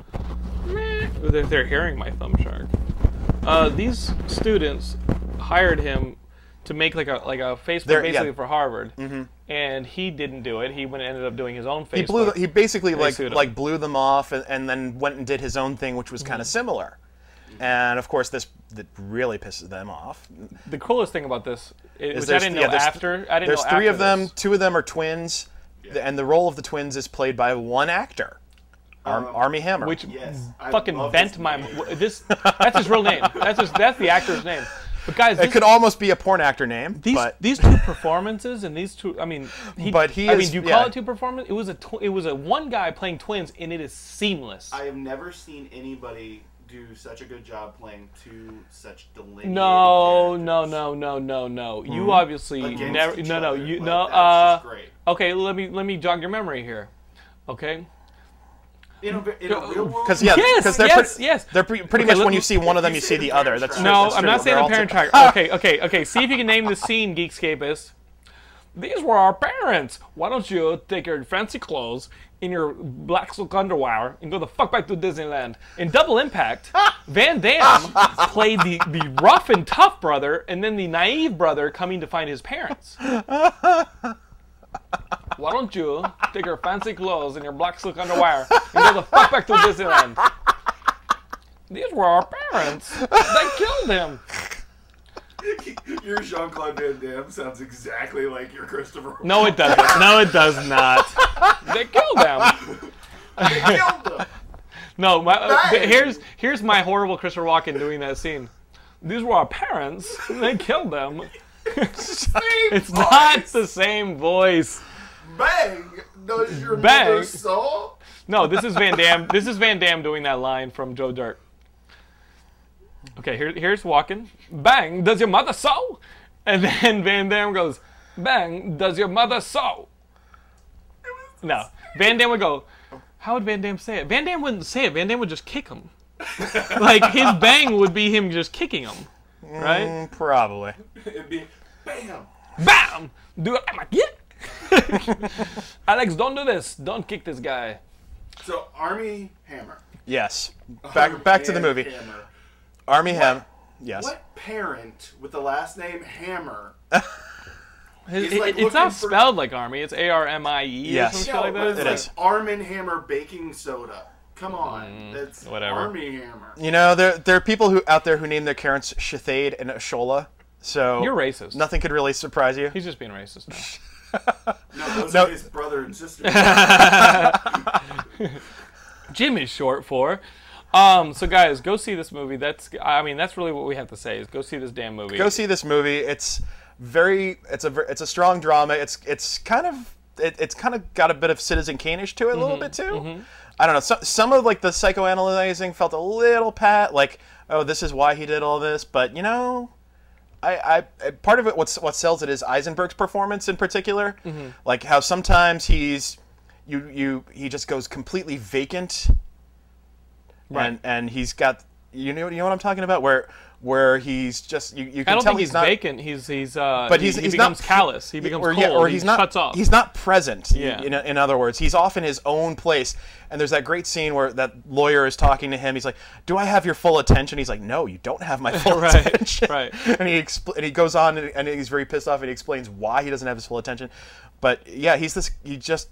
Speaker 1: Meh. They're, they're hearing my thumb shark. Uh, these students hired him to make like a like a Facebook
Speaker 2: They're- yeah. Mm-hmm.
Speaker 1: basically for Harvard, and he didn't do it. He went and ended up doing his own Facebook.
Speaker 2: He blew. the- he basically
Speaker 1: they
Speaker 2: like
Speaker 1: sued him.
Speaker 2: like blew them off, and, and then went and did his own thing, which was
Speaker 1: Mm-hmm.
Speaker 2: kind of similar. And of course, this that really pisses them off.
Speaker 1: the coolest thing about this is, which I
Speaker 2: there's-
Speaker 1: didn't know
Speaker 2: yeah, there's-
Speaker 1: after. I didn't
Speaker 2: There's
Speaker 1: know
Speaker 2: three
Speaker 1: after
Speaker 2: of them.
Speaker 1: this.
Speaker 2: Two of them are twins, th- and the role of the twins is played by one actor, Ar-
Speaker 4: Um,
Speaker 2: Army Hammer.
Speaker 1: which
Speaker 4: Yes,
Speaker 2: Mm.
Speaker 4: I
Speaker 1: fucking
Speaker 4: love
Speaker 1: bent
Speaker 4: this
Speaker 1: my
Speaker 4: movie.
Speaker 1: w- this. That's his real name. That's his, that's the actor's name. But guys,
Speaker 2: it
Speaker 1: this,
Speaker 2: could almost be a porn actor name,
Speaker 1: these
Speaker 2: but
Speaker 1: these two performances and these two. I mean, he,
Speaker 2: But he
Speaker 1: I mean,
Speaker 2: is-
Speaker 1: do you call
Speaker 2: yeah.
Speaker 1: it two performances? It was a tw- it was a one guy playing twins, and it is seamless.
Speaker 4: I have never seen anybody do such a good job playing two such delineated.
Speaker 1: no,
Speaker 4: characters.
Speaker 1: no, no, no, no, no. You obviously
Speaker 4: Hmm? Against
Speaker 1: never.
Speaker 4: each
Speaker 1: no, no,
Speaker 4: other,
Speaker 1: you
Speaker 4: like,
Speaker 1: no.
Speaker 4: that's
Speaker 1: Uh,
Speaker 4: just great.
Speaker 1: okay, let me let me jog your memory here. Okay,
Speaker 4: In a, in a real world,
Speaker 2: because yeah,
Speaker 1: Yes,
Speaker 2: 'cause they're
Speaker 1: yes,
Speaker 2: pretty,
Speaker 1: yes.
Speaker 2: They're pre- pretty
Speaker 1: Okay,
Speaker 2: much
Speaker 1: let-
Speaker 2: when you see one of them, you
Speaker 4: you
Speaker 2: see
Speaker 4: say
Speaker 2: the
Speaker 4: the
Speaker 2: other.
Speaker 4: parent
Speaker 2: That's
Speaker 4: trap.
Speaker 1: No,
Speaker 2: that's
Speaker 1: I'm
Speaker 2: true.
Speaker 1: not saying
Speaker 2: They're
Speaker 1: the
Speaker 2: all
Speaker 1: parent
Speaker 2: together.
Speaker 1: track. Okay, okay, okay. See if you can name the scene, Geekscapists. These were our parents. Why don't you take your fancy clothes in your black silk underwear and go the fuck back to Disneyland? In Double Impact, Van Damme played the, the rough and tough brother and then the naive brother coming to find his parents. Why don't you take your fancy clothes and your black silk underwear and go the fuck back to Disneyland? These were our parents. They killed him.
Speaker 4: your Jean Claude Van Damme sounds exactly like your Christopher.
Speaker 1: No, it doesn't. No, it does not. they killed them.
Speaker 4: Killed him.
Speaker 1: No, my, uh,
Speaker 4: Nice.
Speaker 1: here's here's my horrible Christopher Walken doing that scene. These were our parents. and They killed them. It's not the same voice.
Speaker 4: Bang! Does your
Speaker 1: Bang.
Speaker 4: mother saw?
Speaker 1: No, this is Van Damme. This is Van Damme doing that line from Joe Dirt. Okay, here, here's Walken. Bang! Does your mother sew? And then Van Damme goes, Bang! Does your mother sew? No, Van Damme would go. How would Van Damme say it? Van Damme wouldn't say it. Van Damme would just kick him. like his bang would be him just kicking him, right?
Speaker 2: Mm, Probably.
Speaker 4: It'd be bam.
Speaker 1: Bam! Do it. I'm like, yeah. Alex, don't do this. Don't kick this guy.
Speaker 4: So Army Hammer.
Speaker 2: Yes.
Speaker 4: Oh,
Speaker 2: Back back to the
Speaker 4: Van
Speaker 2: movie.
Speaker 4: Hammer.
Speaker 2: Army Hammer. Yes.
Speaker 4: What parent with the last name Hammer?
Speaker 1: It-
Speaker 4: He's, like,
Speaker 1: it- it's not
Speaker 4: looking for-
Speaker 1: spelled like army. It's A R M I E.
Speaker 2: Yes.
Speaker 1: or some shit
Speaker 4: No,
Speaker 1: like
Speaker 4: but
Speaker 1: that.
Speaker 2: It
Speaker 4: it's like
Speaker 2: is. Mm,
Speaker 4: Arm and Hammer baking soda. Come on, that's
Speaker 1: whatever.
Speaker 4: Army Hammer.
Speaker 2: You know, there there are people who out there who name their parents Shathade and Ashola. So
Speaker 1: You're racist.
Speaker 2: Nothing could really surprise you.
Speaker 1: He's just being racist now.
Speaker 4: No, those
Speaker 2: No.
Speaker 4: are his brother and sister.
Speaker 1: Jim is short for. Um, so guys, go see this movie. That's I mean that's really what we have to say is go see this damn movie.
Speaker 2: Go see this movie. It's very it's a ver- it's a strong drama. It's it's kind of it, it's kind of got a bit of Citizen Kane-ish to it a little
Speaker 1: Mm-hmm,
Speaker 2: bit too. I don't know. Some some of like the psychoanalyzing felt a little pat like oh this is why he did all this, but you know I, I I- part of it what's what sells it is Eisenberg's performance in particular,
Speaker 1: Mm-hmm.
Speaker 2: like how sometimes he's you you he just goes completely vacant,
Speaker 1: Right.
Speaker 2: and and he's got you know you know what I'm talking about where where he's just you, you
Speaker 1: I
Speaker 2: can
Speaker 1: don't
Speaker 2: tell
Speaker 1: think he's,
Speaker 2: not
Speaker 1: vacant. He's he's uh
Speaker 2: but
Speaker 1: he-
Speaker 2: he's
Speaker 1: he,
Speaker 2: he's
Speaker 1: becomes
Speaker 2: not
Speaker 1: callous. He becomes
Speaker 2: or,
Speaker 1: cold.
Speaker 2: yeah, or
Speaker 1: He
Speaker 2: he's not
Speaker 1: shuts off.
Speaker 2: he's not present.
Speaker 1: Yeah.
Speaker 2: Yeah. In, in other words, he's off in his own place. And there's that great scene where that lawyer is talking to him. He's like, "Do I have your full attention?" He's like, "No, you don't have my full
Speaker 1: Right,
Speaker 2: attention."
Speaker 1: right.
Speaker 2: And he expl- and he goes on and, and he's very pissed off and he explains why he doesn't have his full attention. But yeah, he's this he just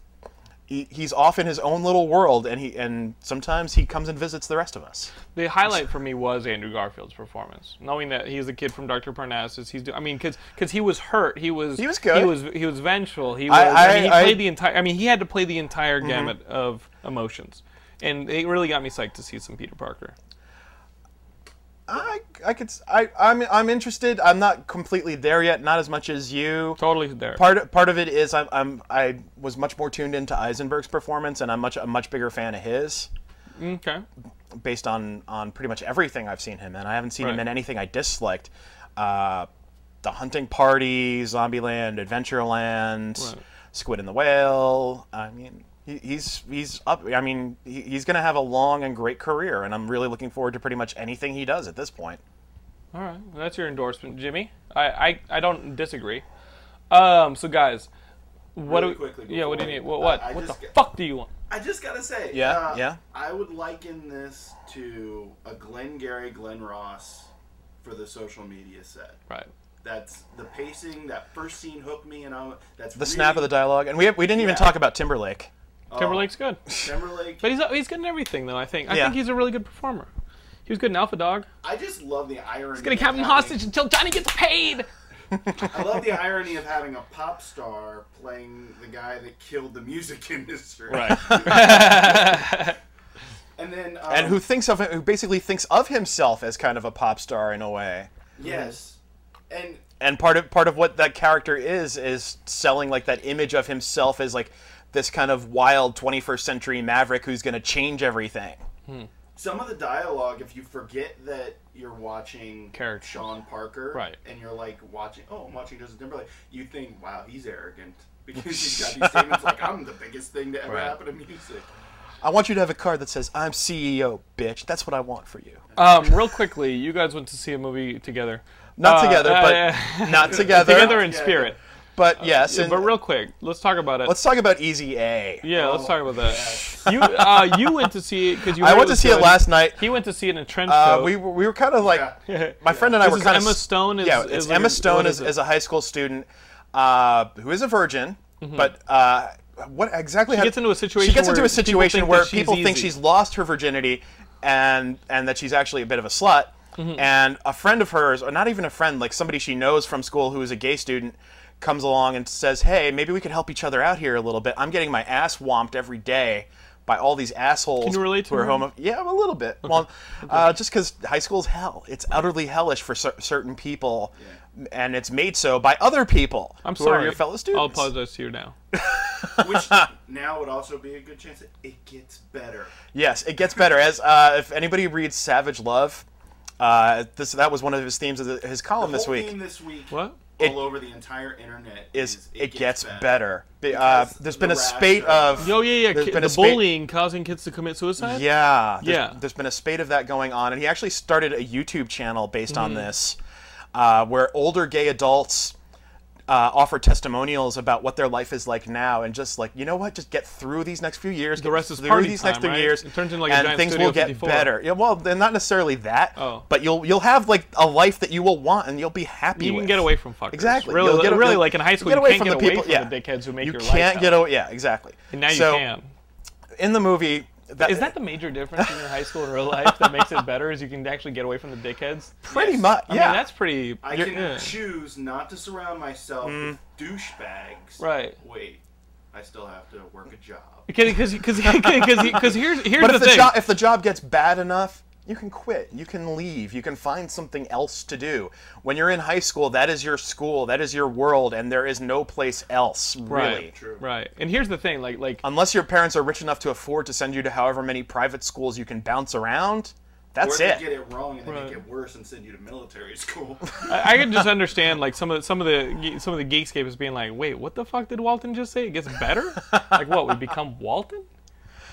Speaker 2: he, he's off in his own little world and he and sometimes he comes and visits the rest of us.
Speaker 1: The highlight for me was Andrew Garfield's performance. Knowing that he's the kid from Dr. Parnassus, he's do- I mean, because he was hurt. He was
Speaker 2: He was good.
Speaker 1: He was he was vengeful. He was
Speaker 2: I-
Speaker 1: I, mean, he
Speaker 2: I- Mm-hmm. I-
Speaker 1: played the entire. I mean, he had to play the entire gamut of emotions, and it really got me psyched to see some Peter Parker.
Speaker 2: I I could s- I I'm I'm interested. I'm not completely there yet, not as much as you.
Speaker 1: Totally there.
Speaker 2: part part of it is I'm, I'm I was much more tuned into Eisenberg's performance, and I'm much a much bigger fan of his,
Speaker 1: Mm, okay.
Speaker 2: based on on pretty much everything I've seen him in. I haven't seen him
Speaker 1: Right.
Speaker 2: in anything I disliked. Uh, the Hunting Party, Zombieland, Adventureland,
Speaker 1: Right.
Speaker 2: Squid and the Whale. I mean. he- He's he's up. I mean, he- he's going to have a long and great career, and I'm really looking forward to pretty much anything he does at this point.
Speaker 1: All right, well, that's your endorsement, Jimmy. I, I, I don't disagree. Um, so guys, What
Speaker 4: really
Speaker 1: do we,
Speaker 4: quickly
Speaker 1: yeah, what do you
Speaker 4: before
Speaker 1: need?
Speaker 4: we-
Speaker 1: What? What,
Speaker 4: I- I
Speaker 1: what the
Speaker 4: just get-
Speaker 1: fuck do you want?
Speaker 4: I just gotta say,
Speaker 2: Yeah,
Speaker 4: uh,
Speaker 2: yeah.
Speaker 4: I would liken this to a Glengarry Glen Ross for the social media set.
Speaker 1: Right.
Speaker 4: That's the pacing. That first scene hooked me, and I that's
Speaker 2: The snap of the dialogue, and we we didn't even
Speaker 4: Yeah.
Speaker 2: talk about Timberlake.
Speaker 1: Timberlake's
Speaker 4: Oh.
Speaker 1: good,
Speaker 4: Timberlake.
Speaker 1: but he's he's good in everything though. I think. I
Speaker 2: Yeah.
Speaker 1: think he's a really good performer. He was good in Alpha Dog.
Speaker 4: I just love the irony.
Speaker 1: He's gonna
Speaker 4: of
Speaker 1: have him
Speaker 4: having-
Speaker 1: hostage until Johnny gets paid.
Speaker 4: I love the irony of having a pop star playing the guy that killed the music industry. And then um,
Speaker 2: and who thinks of who basically thinks of himself as kind of a pop star in a way.
Speaker 4: Yes. And
Speaker 2: and part of part of what that character is is selling like that image of himself as like this kind of wild 21st century maverick who's going to change everything.
Speaker 4: some of the dialogue, if you forget that you're watching
Speaker 1: Character.
Speaker 4: Sean Parker,
Speaker 1: Right.
Speaker 4: and you're like watching, oh, I'm watching Justin Timberlake, you think, wow, he's arrogant because he's got these statements like, I'm the biggest thing to ever
Speaker 1: Right.
Speaker 4: happen to music.
Speaker 2: I want you to have a card that says I'm CEO, bitch. That's what I want for you.
Speaker 1: Um, real quickly, you guys went to see a movie together.
Speaker 2: Not
Speaker 1: Uh,
Speaker 2: together,
Speaker 1: uh,
Speaker 2: but
Speaker 1: yeah.
Speaker 2: not together.
Speaker 1: together in
Speaker 4: Yeah.
Speaker 1: spirit.
Speaker 2: but yes, and
Speaker 1: but real quick, let's talk about it.
Speaker 2: let's talk about Easy A. I
Speaker 1: yeah, let's talk about that. You uh, you went to see it because you. heard
Speaker 2: went to
Speaker 1: was
Speaker 2: see
Speaker 1: good.
Speaker 2: it last night.
Speaker 1: He went to see it in a trench
Speaker 2: Uh,
Speaker 1: coat.
Speaker 2: we were, we were kind of like
Speaker 1: this
Speaker 2: my friend and I were
Speaker 1: is
Speaker 2: kind of
Speaker 1: Emma Stone. Is,
Speaker 2: yeah,
Speaker 1: is
Speaker 2: it's
Speaker 1: like
Speaker 2: Emma
Speaker 1: a- what
Speaker 2: Stone
Speaker 1: is
Speaker 2: as,
Speaker 1: it?
Speaker 2: as a high school student uh, who is a virgin, but uh, what exactly she
Speaker 1: Mm-hmm. gets into a situation
Speaker 2: She gets into
Speaker 1: where people
Speaker 2: a situation
Speaker 1: think
Speaker 2: where
Speaker 1: that she's
Speaker 2: people think
Speaker 1: easy.
Speaker 2: she's lost her virginity, and and that she's actually a bit of a slut.
Speaker 1: Mm-hmm.
Speaker 2: And a friend of hers, or not even a friend, like somebody she knows from school who is a gay student, comes along and says, "Hey, maybe we could help each other out here a little bit. I'm getting my ass whomped every day." By all these assholes
Speaker 1: Can you relate to
Speaker 2: who are
Speaker 1: her?
Speaker 2: homo- yeah, a little bit. Well, uh, just because high school's hell, it's utterly hellish for cer- certain people, and it's made so by other people
Speaker 1: I'm
Speaker 2: who
Speaker 1: sorry,
Speaker 2: are your fellow
Speaker 1: I'll
Speaker 2: students.
Speaker 1: apologize to you now.
Speaker 4: Which now would also be a good chance that it gets better.
Speaker 2: Yes, it gets better. As uh, if anybody reads Savage Love, uh, this that was one of his themes of the, his column this
Speaker 4: Whole
Speaker 2: week.
Speaker 4: theme this week,
Speaker 1: What?
Speaker 4: all
Speaker 2: It-
Speaker 4: over the entire internet,
Speaker 2: Is it, gets, better? Be- Uh,
Speaker 4: Because
Speaker 2: there's
Speaker 4: the
Speaker 2: been a
Speaker 4: rash
Speaker 2: spate
Speaker 4: of-
Speaker 2: of
Speaker 1: Yo, yeah, yeah.
Speaker 2: There's
Speaker 1: ki-
Speaker 2: been
Speaker 1: the
Speaker 2: a spate-
Speaker 1: bullying causing kids to commit suicide.
Speaker 2: Yeah, there's,
Speaker 1: Yeah.
Speaker 2: There's been a spate of that going on, and he actually started a YouTube channel based on
Speaker 1: Mm-hmm.
Speaker 2: this, uh, where older gay adults uh, offer testimonials about what their life is like now, and just like you know what, just get through these next few years.
Speaker 1: The
Speaker 2: get
Speaker 1: rest is
Speaker 2: through
Speaker 1: party
Speaker 2: these
Speaker 1: time,
Speaker 2: next few
Speaker 1: right?
Speaker 2: years.
Speaker 1: It turns into like a
Speaker 2: and
Speaker 1: giant
Speaker 2: things
Speaker 1: Studio
Speaker 2: will get
Speaker 1: 54.
Speaker 2: better. Yeah, well, they're not necessarily that,
Speaker 1: Oh.
Speaker 2: but you'll you'll have like a life that you will want, and you'll be happy.
Speaker 1: You can
Speaker 2: with.
Speaker 1: get away from fuckers.
Speaker 2: Exactly.
Speaker 1: Really,
Speaker 2: You'll get a-
Speaker 1: really,
Speaker 2: you'll-
Speaker 1: like in high school,
Speaker 2: get
Speaker 1: you
Speaker 2: away
Speaker 1: can't
Speaker 2: from
Speaker 1: get
Speaker 2: the
Speaker 1: away
Speaker 2: people-
Speaker 1: from
Speaker 2: yeah.
Speaker 1: the dickheads who make
Speaker 2: You
Speaker 1: your life.
Speaker 2: can't get
Speaker 1: hell.
Speaker 2: away. Yeah, exactly.
Speaker 1: And now you
Speaker 2: so,
Speaker 1: can.
Speaker 2: In the movie, that,
Speaker 1: Is that the major difference in your high school and real life that makes it better? Is you can actually get away from the dickheads.
Speaker 2: pretty
Speaker 4: Yes.
Speaker 2: much?
Speaker 1: I
Speaker 2: yeah,
Speaker 1: mean, that's pretty.
Speaker 4: I
Speaker 1: you're-
Speaker 4: can
Speaker 1: yeah.
Speaker 4: choose not to surround myself
Speaker 2: Mm.
Speaker 4: with douchebags.
Speaker 1: Right.
Speaker 4: Wait, I still have to work a job.
Speaker 1: Because because here's here's
Speaker 2: But
Speaker 1: the
Speaker 2: if the,
Speaker 1: thing.
Speaker 2: job if the job gets bad enough, you can quit. You can leave. You can find something else to do. When you're in high school, that is your school. That is your world, and there is no place else really.
Speaker 1: right.
Speaker 4: True.
Speaker 1: Right. And here's the thing. Like like
Speaker 2: Unless your parents are rich enough to afford to send you to however many private schools you can bounce around,
Speaker 4: Or
Speaker 2: that's
Speaker 4: they
Speaker 2: it.
Speaker 4: get it wrong and they
Speaker 1: Right.
Speaker 4: make it worse and send you to military school.
Speaker 1: I, I can just understand like some of the, some of the ge- some of the geekscape is being like, wait, what the fuck did Walton just say? It gets better. like what? We become Walton?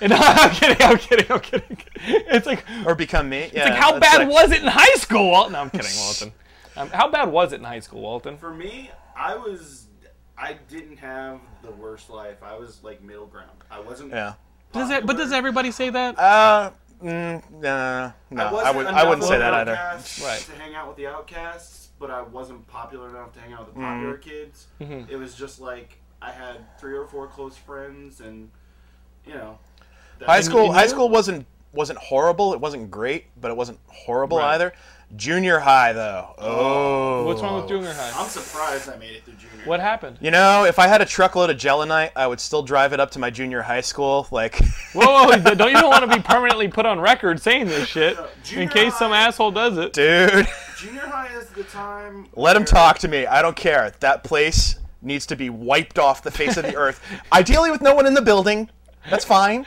Speaker 1: And I'm kidding. I'm kidding. I'm kidding. It's like
Speaker 2: Or become me. Yeah,
Speaker 1: it's like how
Speaker 2: that's
Speaker 1: bad
Speaker 2: like-
Speaker 1: was it in high school? Walton? No, I'm kidding, Walton. Um, how bad was it in high school, Walton?
Speaker 4: For me, I was, I didn't have the worst life. I was like middle ground. I wasn't.
Speaker 2: Yeah.
Speaker 1: Does that, but does
Speaker 4: popular.
Speaker 1: everybody say that?
Speaker 2: Uh, mm, no, no,
Speaker 4: I,
Speaker 2: no.
Speaker 4: wasn't
Speaker 2: I, would,
Speaker 4: enough
Speaker 2: I wouldn't
Speaker 4: of
Speaker 2: say
Speaker 4: an
Speaker 2: that either.
Speaker 4: outcast
Speaker 1: Right.
Speaker 4: To hang out with the outcasts, but I wasn't popular enough to hang out with the
Speaker 2: Mm-hmm.
Speaker 4: popular kids.
Speaker 1: Mm-hmm.
Speaker 4: It was just like I had three or four close friends, and you know. that-
Speaker 2: High school,
Speaker 1: you
Speaker 2: high
Speaker 1: know-
Speaker 2: school wasn't wasn't horrible. It wasn't great, but it wasn't horrible
Speaker 1: Right.
Speaker 2: either. Junior high, though. Oh,
Speaker 1: What's wrong with junior high?
Speaker 4: I'm surprised I made it through junior.
Speaker 1: What happened?
Speaker 2: You know, if I had a truckload of Gelonite, I would still drive it up to my junior high school. Like,
Speaker 1: Whoa, whoa, don't you don't want to be permanently put on record saying this shit in
Speaker 4: Junior
Speaker 1: case some
Speaker 4: high.
Speaker 1: asshole does it.
Speaker 2: dude,
Speaker 4: Junior high is the time.
Speaker 2: let him
Speaker 4: where-
Speaker 2: talk to me. I don't care. That place needs to be wiped off the face of the earth. Ideally, with no one in the building. That's fine.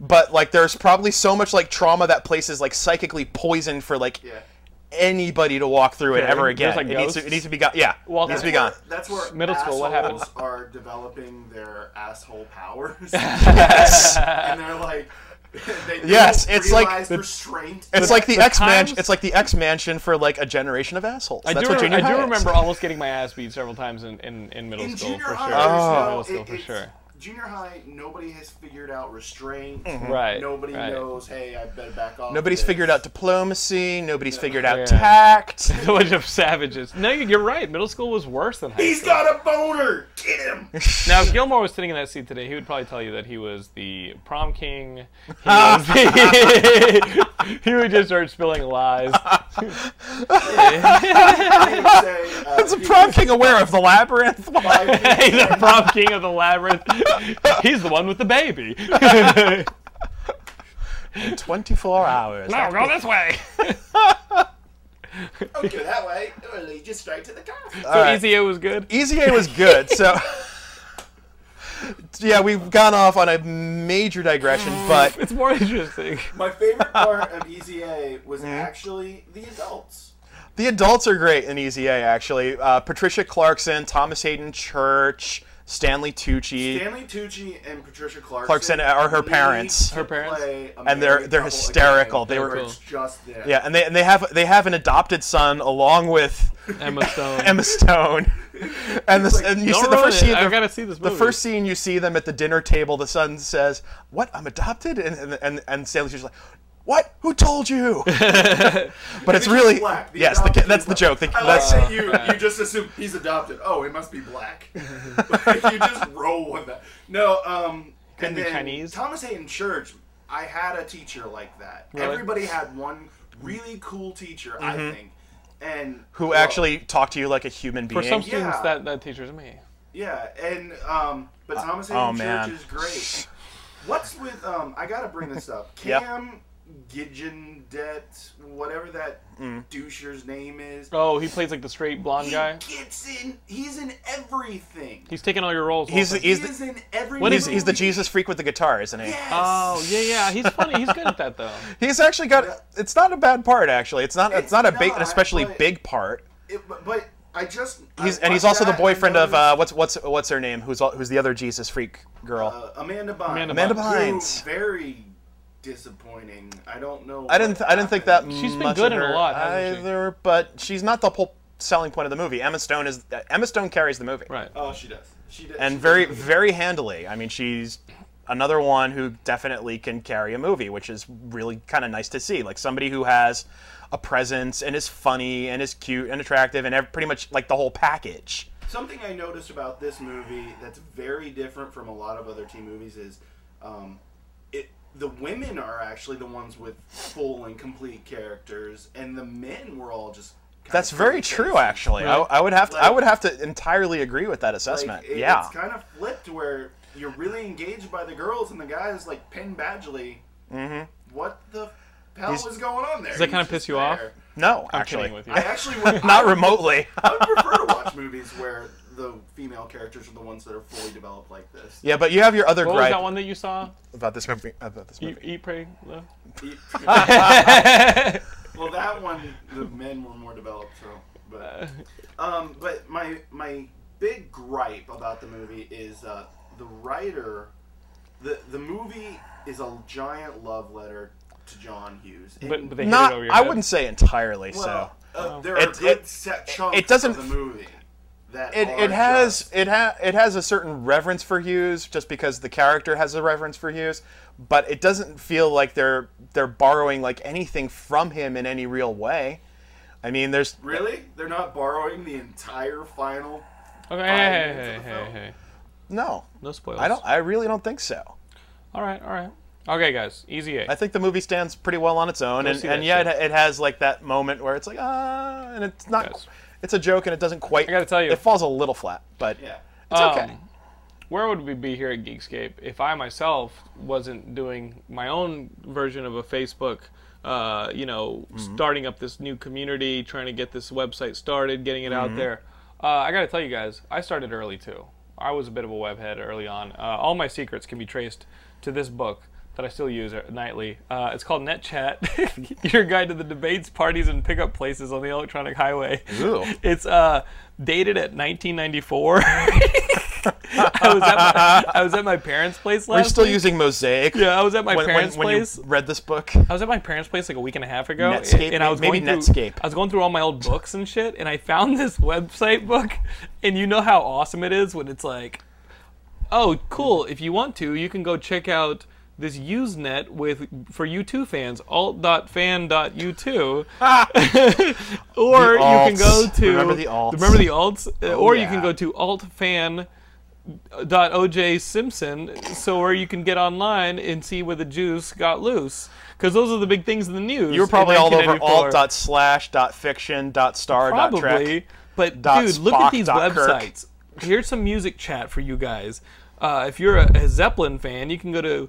Speaker 2: But like, there's probably so much like trauma that place is like psychically poisoned for like
Speaker 4: Yeah.
Speaker 2: anybody to walk through it
Speaker 1: Yeah,
Speaker 2: ever
Speaker 1: there's,
Speaker 2: again.
Speaker 1: like,
Speaker 2: it, needs to, it
Speaker 1: ghosts.
Speaker 2: needs to be gone. Yeah,
Speaker 1: Well,
Speaker 2: it
Speaker 1: that's
Speaker 2: needs to be gone.
Speaker 4: That's where
Speaker 1: Middle school, what happened?
Speaker 4: assholes Are developing their asshole powers, and they're like, They didn't
Speaker 2: Yes, it's like-
Speaker 4: realize restraint.
Speaker 2: It's like the,
Speaker 1: the
Speaker 2: X mansion.
Speaker 1: times-
Speaker 2: It's like the X mansion for like a generation of assholes.
Speaker 1: I
Speaker 2: That's
Speaker 1: do,
Speaker 2: what
Speaker 1: remember,
Speaker 2: junior
Speaker 1: I do
Speaker 2: high is.
Speaker 1: remember almost getting my ass beat several times in, in, in middle
Speaker 4: in
Speaker 1: school
Speaker 4: junior
Speaker 1: for
Speaker 4: high,
Speaker 1: sure.
Speaker 2: Oh.
Speaker 1: middle
Speaker 4: there's no,
Speaker 1: school
Speaker 4: it-
Speaker 1: for
Speaker 4: it's-
Speaker 1: sure.
Speaker 4: Junior high, nobody has figured out restraint.
Speaker 1: Right.
Speaker 4: Nobody
Speaker 1: right.
Speaker 4: knows. Hey, I better back off.
Speaker 2: Mm-hmm. Nobody's
Speaker 4: this.
Speaker 2: figured out diplomacy. Nobody's figured out
Speaker 1: Yeah.
Speaker 2: tact.
Speaker 1: It's a bunch of savages. No, you- you're right. Middle school was worse than high
Speaker 4: He's
Speaker 1: school.
Speaker 4: got a boner. Get him.
Speaker 1: Now, if Gilmore was sitting in that seat today, he would probably tell you that he was the prom king. He, was he would just start spilling lies.
Speaker 4: That's uh,
Speaker 2: It's a prom king aware of the labyrinth.
Speaker 1: He's the prom king of the labyrinth. He's the one with the baby.
Speaker 2: Twenty-four hours.
Speaker 1: no, go this way.
Speaker 4: Don't go that way. It'll lead you straight to the car.
Speaker 1: So
Speaker 2: right. E-
Speaker 1: Easy A was good.
Speaker 2: Easy A was good, so yeah, we've gone off on a major digression, but
Speaker 1: It's more interesting.
Speaker 4: My favorite part of Easy A was
Speaker 2: Mm-hmm.
Speaker 4: actually the adults.
Speaker 2: the adults are great in Easy A. Actually, uh, Patricia Clarkson, Thomas Hayden Church, Stanley Tucci,
Speaker 4: Stanley Tucci and Patricia Clarkson,
Speaker 2: Clarkson are her
Speaker 4: need
Speaker 2: parents.
Speaker 4: to
Speaker 1: Her parents?
Speaker 4: play a
Speaker 2: And they're-
Speaker 4: married
Speaker 2: they're
Speaker 4: couple again,
Speaker 2: hysterical. They
Speaker 4: where
Speaker 2: were-
Speaker 4: it's just them.
Speaker 2: yeah, and they and they have they have an adopted son along with
Speaker 1: Emma Stone.
Speaker 2: Emma Stone, and the and you
Speaker 1: Don't
Speaker 2: see the
Speaker 1: ruin
Speaker 2: first
Speaker 1: it.
Speaker 2: scene.
Speaker 1: I've
Speaker 2: The,
Speaker 1: got to see this
Speaker 2: the
Speaker 1: movie.
Speaker 2: first scene you see them at the dinner table, the son says, "What? I'm adopted?" And and and, and Stanley Tucci's like. What? Who told you? but it's
Speaker 4: He's
Speaker 2: really
Speaker 4: black. The
Speaker 2: yes. The,
Speaker 4: adopted
Speaker 2: kid- that's the
Speaker 4: black.
Speaker 2: joke. The,
Speaker 4: I
Speaker 2: that's,
Speaker 4: like that you you just assume he's adopted. Oh, he must be black. Like, you just roll with that. No, um,
Speaker 1: Couldn't
Speaker 4: and
Speaker 1: be
Speaker 4: then
Speaker 1: Chinese?
Speaker 4: Thomas Hayden Church. I had a teacher like that.
Speaker 1: Really?
Speaker 4: Everybody had one really cool teacher, I think, and
Speaker 2: who
Speaker 4: well,
Speaker 2: actually talk to you like a human being.
Speaker 1: For some students,
Speaker 4: Yeah.
Speaker 1: that, that teacher's me.
Speaker 4: Yeah, and um, but Thomas Hayden
Speaker 2: oh,
Speaker 4: Church
Speaker 2: man.
Speaker 4: is great. What's with um? I gotta bring this up.
Speaker 2: Yeah.
Speaker 4: Cam Gigendet, whatever that doucher's name is.
Speaker 1: Oh, he plays like the straight blonde
Speaker 4: He
Speaker 1: guy.
Speaker 4: gets in. He's in everything.
Speaker 1: He's taking all your roles.
Speaker 2: He's
Speaker 1: Walter.
Speaker 2: the-
Speaker 4: he is in every.
Speaker 1: What
Speaker 2: he's,
Speaker 1: is-
Speaker 4: movie.
Speaker 2: he's the Jesus freak with the guitar, isn't he?
Speaker 4: Yes.
Speaker 1: Oh yeah, yeah. He's funny. He's good at that though.
Speaker 2: He's actually got. It's not a bad part, actually. It's not. It's,
Speaker 4: It's
Speaker 2: not a big,
Speaker 4: not,
Speaker 2: an especially
Speaker 4: but-
Speaker 2: big part.
Speaker 4: It- but, but I just.
Speaker 2: He's
Speaker 4: I
Speaker 2: and he's
Speaker 4: watched
Speaker 2: also the
Speaker 4: that
Speaker 2: boyfriend
Speaker 4: and
Speaker 2: of uh, what's what's what's her name? Who's al- who's the other Jesus freak girl?
Speaker 4: noticed, uh, Amanda Bynes.
Speaker 1: Amanda
Speaker 2: Amanda
Speaker 1: Bynes.
Speaker 2: Bynes.
Speaker 4: Who- Very disappointing. I don't know.
Speaker 2: I didn't.
Speaker 4: what
Speaker 2: I didn't think that.
Speaker 4: happened.
Speaker 1: She's been
Speaker 2: much
Speaker 1: good
Speaker 2: of
Speaker 1: in a
Speaker 2: her
Speaker 1: lot, hasn't she?
Speaker 2: either, but she's not the whole selling point of the movie. Emma Stone is. uh, Emma Stone carries the movie,
Speaker 1: Right.
Speaker 4: Oh, she does. She does.
Speaker 2: and
Speaker 4: she
Speaker 2: very,
Speaker 4: does.
Speaker 2: very handily. I mean, she's another one who definitely can carry a movie, which is really kind of nice to see. Like somebody who has a presence and is funny and is cute and attractive and ev- pretty much like the whole package.
Speaker 4: Something I noticed about this movie that's very different from a lot of other teen movies is, um, it the women are actually the ones with full and complete characters, and the men were all just. kind
Speaker 2: That's
Speaker 4: of
Speaker 2: very
Speaker 4: baby
Speaker 2: true,
Speaker 4: faces.
Speaker 2: actually. I,
Speaker 1: Right.
Speaker 2: I would have to. I
Speaker 4: Like-
Speaker 2: would have to entirely agree with that
Speaker 4: Like,
Speaker 2: assessment.
Speaker 4: it-
Speaker 2: yeah.
Speaker 4: it's kind of flipped where you're really engaged by the girls and the guys like Penn Badgley. Mm-hmm. What the hell
Speaker 2: He's-
Speaker 4: was going on there? Does
Speaker 1: that kinda piss you off?
Speaker 2: no,
Speaker 1: I'm
Speaker 2: actually,
Speaker 1: kidding with you.
Speaker 4: I actually
Speaker 2: not
Speaker 4: would, I would-
Speaker 2: remotely.
Speaker 4: I would prefer to watch movies where the female characters are the ones that are fully developed like this.
Speaker 2: yeah, but you have your other
Speaker 1: What was
Speaker 2: gripe
Speaker 1: that one that you saw?
Speaker 2: about this movie. About this
Speaker 1: You
Speaker 2: movie.
Speaker 1: eat, pray, love.
Speaker 4: well, that one the men were more developed, so. But, um, but my my big gripe about the movie is uh, the writer. the The movie is a giant love letter to John Hughes. And,
Speaker 1: But, but they hit
Speaker 2: not.
Speaker 1: it over your
Speaker 2: I
Speaker 1: head.
Speaker 2: wouldn't say entirely. so
Speaker 4: well, uh, there are
Speaker 2: It-
Speaker 4: good
Speaker 2: it-
Speaker 4: set chunks.
Speaker 2: it doesn't-
Speaker 4: Of the movie. That
Speaker 2: it,
Speaker 4: are
Speaker 2: it has
Speaker 4: just-
Speaker 2: it ha- it has a certain reverence for Hughes just because the character has a reverence for Hughes, but it doesn't feel like they're they're borrowing like anything from him in any real way. I mean, there's
Speaker 4: Really? They're not borrowing the entire final.
Speaker 1: Okay,
Speaker 4: five
Speaker 1: hey,
Speaker 4: minutes
Speaker 1: hey,
Speaker 4: of
Speaker 1: hey,
Speaker 4: the
Speaker 1: hey,
Speaker 4: film.
Speaker 1: hey.
Speaker 2: no.
Speaker 1: No spoilers.
Speaker 2: I don't. I really don't think so.
Speaker 1: All right, all right. Okay, guys. Easy A.
Speaker 2: I think the movie stands pretty well on its own, and,
Speaker 1: see that
Speaker 2: and yeah, it,
Speaker 1: shit.
Speaker 2: it has like that moment where it's like ah, and it's not.
Speaker 1: Yes.
Speaker 2: It's a joke, and it doesn't quite.
Speaker 1: I gotta tell you.
Speaker 2: it falls a little flat, but
Speaker 4: Yeah.
Speaker 2: it's okay.
Speaker 1: Um, where would we be here at Geekscape if I myself wasn't doing my own version of a Facebook? Uh, you know, starting up this new community, trying to get this website started, getting it out there. Uh, I got to tell you guys, I started early too. I was a bit of a webhead early on. Uh, all my secrets can be traced to this book that I still use nightly. Uh, it's called Net Chat: Your Guide to the Debates, Parties, and Pickup Places on the Electronic Highway.
Speaker 2: Ooh.
Speaker 1: It's uh, dated at 1994. I was at my, I was at my parents' place last.
Speaker 2: We're still
Speaker 1: week.
Speaker 2: using Mosaic.
Speaker 1: Yeah, I was at my
Speaker 2: When, when,
Speaker 1: parents'
Speaker 2: when
Speaker 1: place.
Speaker 2: you read this book,
Speaker 1: I was at my parents' place like a week and a half ago,
Speaker 2: Netscape,
Speaker 1: and I was
Speaker 2: maybe
Speaker 1: going through,
Speaker 2: Netscape.
Speaker 1: I was going through all my old books and shit, and I found this website book, and you know how awesome it is when it's like, oh, cool. If you want to, you can go check out this Usenet with for U2 fans, alt.fan.u2, or you can go
Speaker 2: alts.
Speaker 1: to
Speaker 2: Remember the alts. Oh,
Speaker 1: remember the alts, uh, or you can
Speaker 2: yeah.
Speaker 1: go to altfan dot oj simpson so where you can get online and see where the juice got loose because those are the big things in the news
Speaker 2: you were probably
Speaker 1: in
Speaker 2: all over
Speaker 1: 1994.
Speaker 2: alt dot slash dot fiction dot star
Speaker 1: probably
Speaker 2: dot trek.
Speaker 1: but
Speaker 2: dot
Speaker 1: dude look at
Speaker 2: Spock
Speaker 1: these
Speaker 2: dot Kirk.
Speaker 1: websites here's some music chat for you guys uh, if you're a, a zeppelin fan you can go to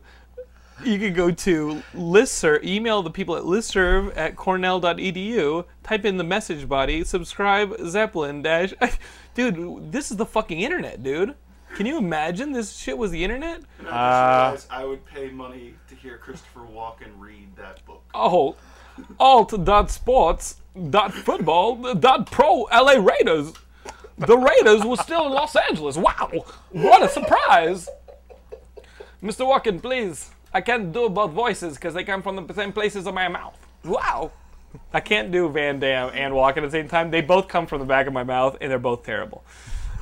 Speaker 1: you can go to listserv email the people at listserv at cornell.edu type in the message body subscribe zeppelin dash dude this is the fucking internet dude can you imagine this shit was the internet
Speaker 4: And
Speaker 1: Uh,
Speaker 4: I just realized I would pay money to hear Christopher Walken read that book.
Speaker 1: Oh, alt dot sports dot football dot pro LA Raiders. The Raiders were still in Los Angeles. Wow, what a surprise! Mr. Walken, please. I can't do both voices because they come from the same places in my mouth. Wow. I can't do Van Damme and Walken at the same time. They both come from the back of my mouth, and they're both terrible.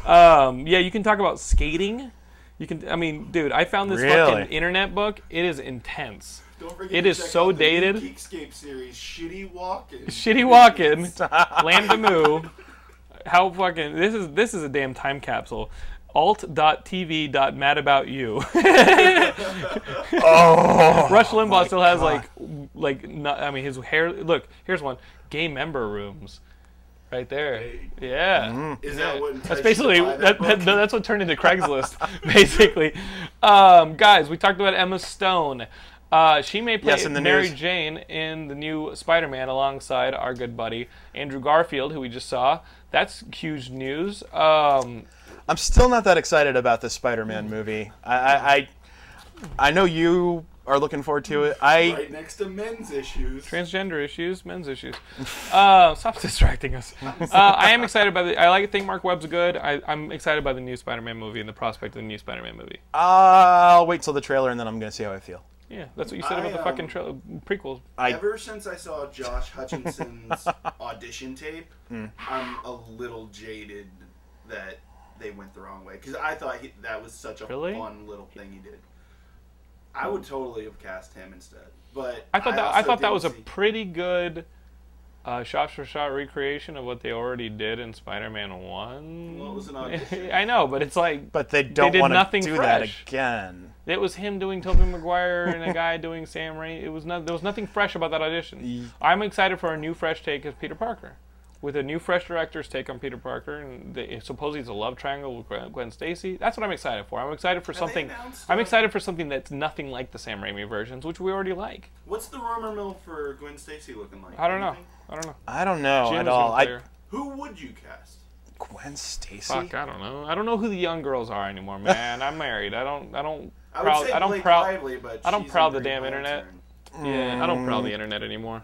Speaker 1: Um, yeah, you can talk about skating. You can. I mean, dude, I found this
Speaker 2: Really?
Speaker 1: fucking internet book. It is intense.
Speaker 4: Don't forget
Speaker 1: It
Speaker 4: to
Speaker 1: is
Speaker 4: check
Speaker 1: so
Speaker 4: out the new
Speaker 1: dated.
Speaker 4: Geekscape series, Shitty Walken.
Speaker 1: Shitty walking, lambda moo. How fucking this is this is a damn time capsule. Alt.tv.madaboutyou.
Speaker 2: Oh,
Speaker 1: Rush Limbaugh still has like like not, I mean his hair. Look, here's one. Gay member rooms, right there.
Speaker 4: Hey.
Speaker 1: Yeah.
Speaker 4: Is that what?
Speaker 1: That's
Speaker 4: enticed you to
Speaker 1: basically
Speaker 4: buy
Speaker 1: that,
Speaker 4: book?
Speaker 1: that, that's what turned into Craigslist, basically. Um, guys, we talked about Emma Stone. Uh, she may play
Speaker 2: Yes, in the
Speaker 1: Mary
Speaker 2: news.
Speaker 1: Jane in the new Spider-Man alongside our good buddy Andrew Garfield, who we just saw. That's huge news. Um,
Speaker 2: I'm still not that excited about this Spider-Man movie. I, I, I, I know you are looking forward to it. I
Speaker 4: right next to men's issues.
Speaker 1: transgender issues, men's issues. Uh, stop distracting us. Uh, I am excited by the. I like think Mark Webb's good. I, I'm excited by the new Spider-Man movie and the prospect of the new Spider-Man movie.
Speaker 4: Uh,
Speaker 2: I'll wait till the trailer and then I'm gonna see how I feel.
Speaker 1: Yeah, that's what you said
Speaker 4: I,
Speaker 1: about the
Speaker 4: um,
Speaker 1: fucking tra- prequel.
Speaker 2: I
Speaker 4: Ever since I saw Josh Hutchinson's audition tape,
Speaker 1: Hmm.
Speaker 4: I'm a little jaded that they went the wrong way because I thought he, that was such a
Speaker 1: Really? Hmm.
Speaker 4: fun little thing he did. I would totally have cast him instead, but
Speaker 1: I thought that I,
Speaker 4: also
Speaker 1: thought that
Speaker 4: didn't
Speaker 1: was a
Speaker 4: see-
Speaker 1: pretty good uh, shot for shot recreation of what they already did in Spider-Man One.
Speaker 4: Well, it was an audition.
Speaker 1: I know, but it's like
Speaker 2: but they don't
Speaker 1: did
Speaker 2: want to
Speaker 1: nothing
Speaker 2: do
Speaker 1: fresh.
Speaker 2: that again.
Speaker 1: it was him doing Tobey Maguire and a guy doing Sam Raimi. It was not there was nothing fresh about that audition. I'm excited for a new fresh take of Peter Parker, with a new fresh director's take on Peter Parker, and the, supposedly it's a love triangle with Gwen- Gwen Stacy. That's what I'm excited for. I'm excited for something.
Speaker 4: announced,
Speaker 1: I'm
Speaker 4: uh,
Speaker 1: excited for something that's nothing like the Sam Raimi versions, which we already like.
Speaker 4: What's the rumor mill for Gwen Stacy looking like?
Speaker 1: I don't know.
Speaker 4: Anything?
Speaker 1: I don't know.
Speaker 2: I don't know
Speaker 1: Jim
Speaker 2: at
Speaker 1: is
Speaker 2: all.
Speaker 1: gonna
Speaker 2: I
Speaker 1: clear.
Speaker 4: Who would you cast?
Speaker 2: Gwen Stacy.
Speaker 1: Fuck, I don't know. I don't know who the young girls are anymore, man. I'm married. I don't. I don't.
Speaker 4: I would
Speaker 1: Proud,
Speaker 4: say
Speaker 1: I don't
Speaker 4: Blake
Speaker 1: proud.
Speaker 4: Lively, but
Speaker 1: I don't
Speaker 4: she's
Speaker 1: proud
Speaker 4: in
Speaker 1: the
Speaker 4: Green
Speaker 1: damn internet.
Speaker 4: Lantern.
Speaker 1: Yeah, I don't proud
Speaker 2: Mm.
Speaker 1: the internet anymore.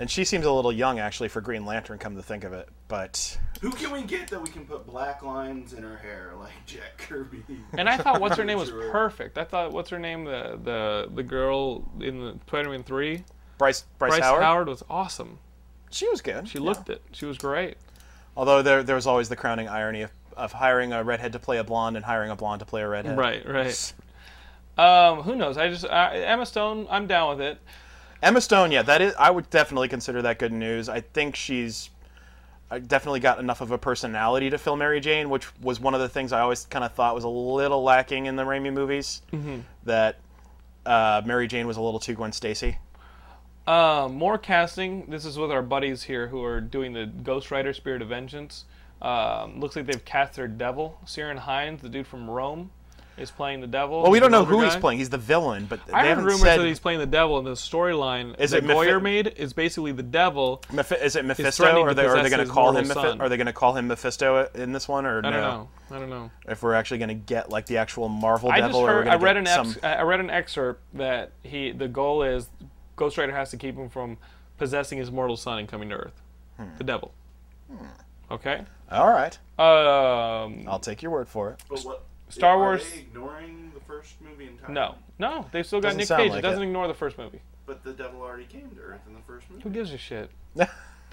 Speaker 2: And she seems a little young actually for Green Lantern. Come to think of it, but
Speaker 4: Who can we get that we can put black lines in her hair like Jack Kirby?
Speaker 1: And I thought what's her name was
Speaker 4: Sure.
Speaker 1: perfect. I thought what's her name the the the girl in the Spider-Man three.
Speaker 2: Bryce Bryce,
Speaker 1: Bryce
Speaker 2: Howard,
Speaker 1: Howard? was awesome.
Speaker 2: she was good.
Speaker 1: She
Speaker 2: yeah.
Speaker 1: looked it. She was great.
Speaker 2: Although there there was always the crowning irony of, of hiring a redhead to play a blonde and hiring a blonde to play a redhead.
Speaker 1: Right, right. Um, who knows? I just I, Emma Stone. I'm down with it.
Speaker 2: Emma Stone, yeah, that is. I would definitely consider that good news. I think she's I definitely got enough of a personality to fill Mary Jane, which was one of the things I always kind of thought was a little lacking in the Raimi movies.
Speaker 1: Mm-hmm.
Speaker 2: That uh, Mary Jane was a little too Gwen Stacy.
Speaker 1: Uh, more casting. This is with our buddies here who are doing the Ghost Rider Spirit of Vengeance. Um, looks like they've cast their devil. Siren Hines, the dude from Rome, is playing the devil.
Speaker 2: Well, we don't know
Speaker 1: Older
Speaker 2: who he's
Speaker 1: guy.
Speaker 2: playing. He's the villain, but they
Speaker 1: I heard
Speaker 2: haven't
Speaker 1: rumors
Speaker 2: said.
Speaker 1: that he's playing the devil, and the storyline
Speaker 2: Is
Speaker 1: that
Speaker 2: it Mephi-
Speaker 1: Goyer made is basically the devil.
Speaker 2: Mephi- is it Mephisto?
Speaker 1: threatening
Speaker 2: Or
Speaker 1: to
Speaker 2: they, are they
Speaker 1: possess
Speaker 2: going
Speaker 1: his
Speaker 2: to call him?
Speaker 1: mortal son.
Speaker 2: Mephi- are they going to call him Mephisto uh, in this one, or
Speaker 1: I
Speaker 2: no?
Speaker 1: don't know. I don't know.
Speaker 2: If we're actually going to get like the actual Marvel
Speaker 1: I just
Speaker 2: devil, or we're
Speaker 1: heard. I
Speaker 2: gonna
Speaker 1: read an
Speaker 2: get
Speaker 1: ex-
Speaker 2: some-
Speaker 1: I I read an excerpt that he the goal is Ghost Rider has to keep him from possessing his mortal son and coming to Earth.
Speaker 2: Hmm.
Speaker 1: The devil. Okay.
Speaker 2: All right,
Speaker 1: Um,
Speaker 2: I'll take your word for it.
Speaker 4: But what
Speaker 1: Star
Speaker 4: Are
Speaker 1: Wars.
Speaker 4: They ignoring the first movie entirely.
Speaker 1: No, no, they've still got
Speaker 2: Doesn't
Speaker 1: Nick
Speaker 2: sound
Speaker 1: Cage.
Speaker 2: like
Speaker 1: it doesn't
Speaker 2: it.
Speaker 1: ignore the first movie.
Speaker 4: But the devil already came to Earth in the first movie.
Speaker 1: Who gives a shit?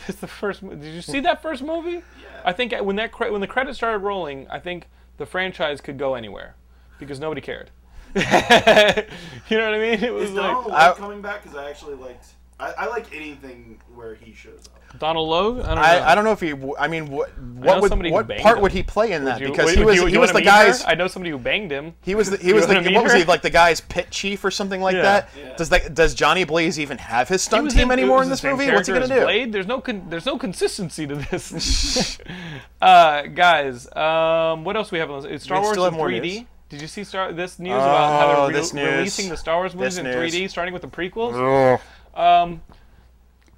Speaker 1: It's the first. mo- Did you see that first movie?
Speaker 4: Yeah.
Speaker 1: I think when that cre- when the credits started rolling, I think the franchise could go anywhere because nobody cared. you know what I mean? It was
Speaker 4: Is
Speaker 1: like
Speaker 4: Donald
Speaker 2: I-
Speaker 4: Logue coming back? Because I actually liked. I, I like anything where he shows up.
Speaker 1: Donald Logue. I don't know.
Speaker 2: I, I don't know if he. w- I mean, what
Speaker 1: know
Speaker 2: what would
Speaker 1: somebody who
Speaker 2: what
Speaker 1: banged
Speaker 2: part
Speaker 1: him.
Speaker 2: would he play in that?
Speaker 1: Do you-
Speaker 2: because
Speaker 1: would-
Speaker 2: he
Speaker 1: would
Speaker 2: was
Speaker 1: you-
Speaker 2: he
Speaker 1: you
Speaker 2: was
Speaker 1: wanna
Speaker 2: the
Speaker 1: meet her?
Speaker 2: guy's.
Speaker 1: I know somebody who banged him.
Speaker 2: He was the, he was
Speaker 1: wanna
Speaker 2: the,
Speaker 1: meet
Speaker 2: what was he
Speaker 1: her?
Speaker 2: like the guy's pit chief or something like
Speaker 1: Yeah.
Speaker 2: that?
Speaker 4: Yeah.
Speaker 2: Does that does Johnny Blaze even have his
Speaker 1: He
Speaker 2: stunt
Speaker 1: was
Speaker 2: team
Speaker 1: it
Speaker 2: anymore
Speaker 1: was
Speaker 2: in
Speaker 1: the
Speaker 2: this
Speaker 1: same
Speaker 2: movie? What's he
Speaker 1: character as
Speaker 2: gonna do?
Speaker 1: Blade. There's no con- there's no consistency to this. uh, guys, um, what else we have on this? It's Star
Speaker 2: We
Speaker 1: Wars
Speaker 2: still
Speaker 1: in
Speaker 2: have more
Speaker 1: 3D.
Speaker 2: news.
Speaker 1: Did you see Star this news about how
Speaker 2: Oh,
Speaker 1: they're re-
Speaker 2: this news.
Speaker 1: releasing the Star Wars movies in
Speaker 2: This news.
Speaker 1: 3D, starting with the prequels?
Speaker 2: Ugh.
Speaker 1: Um,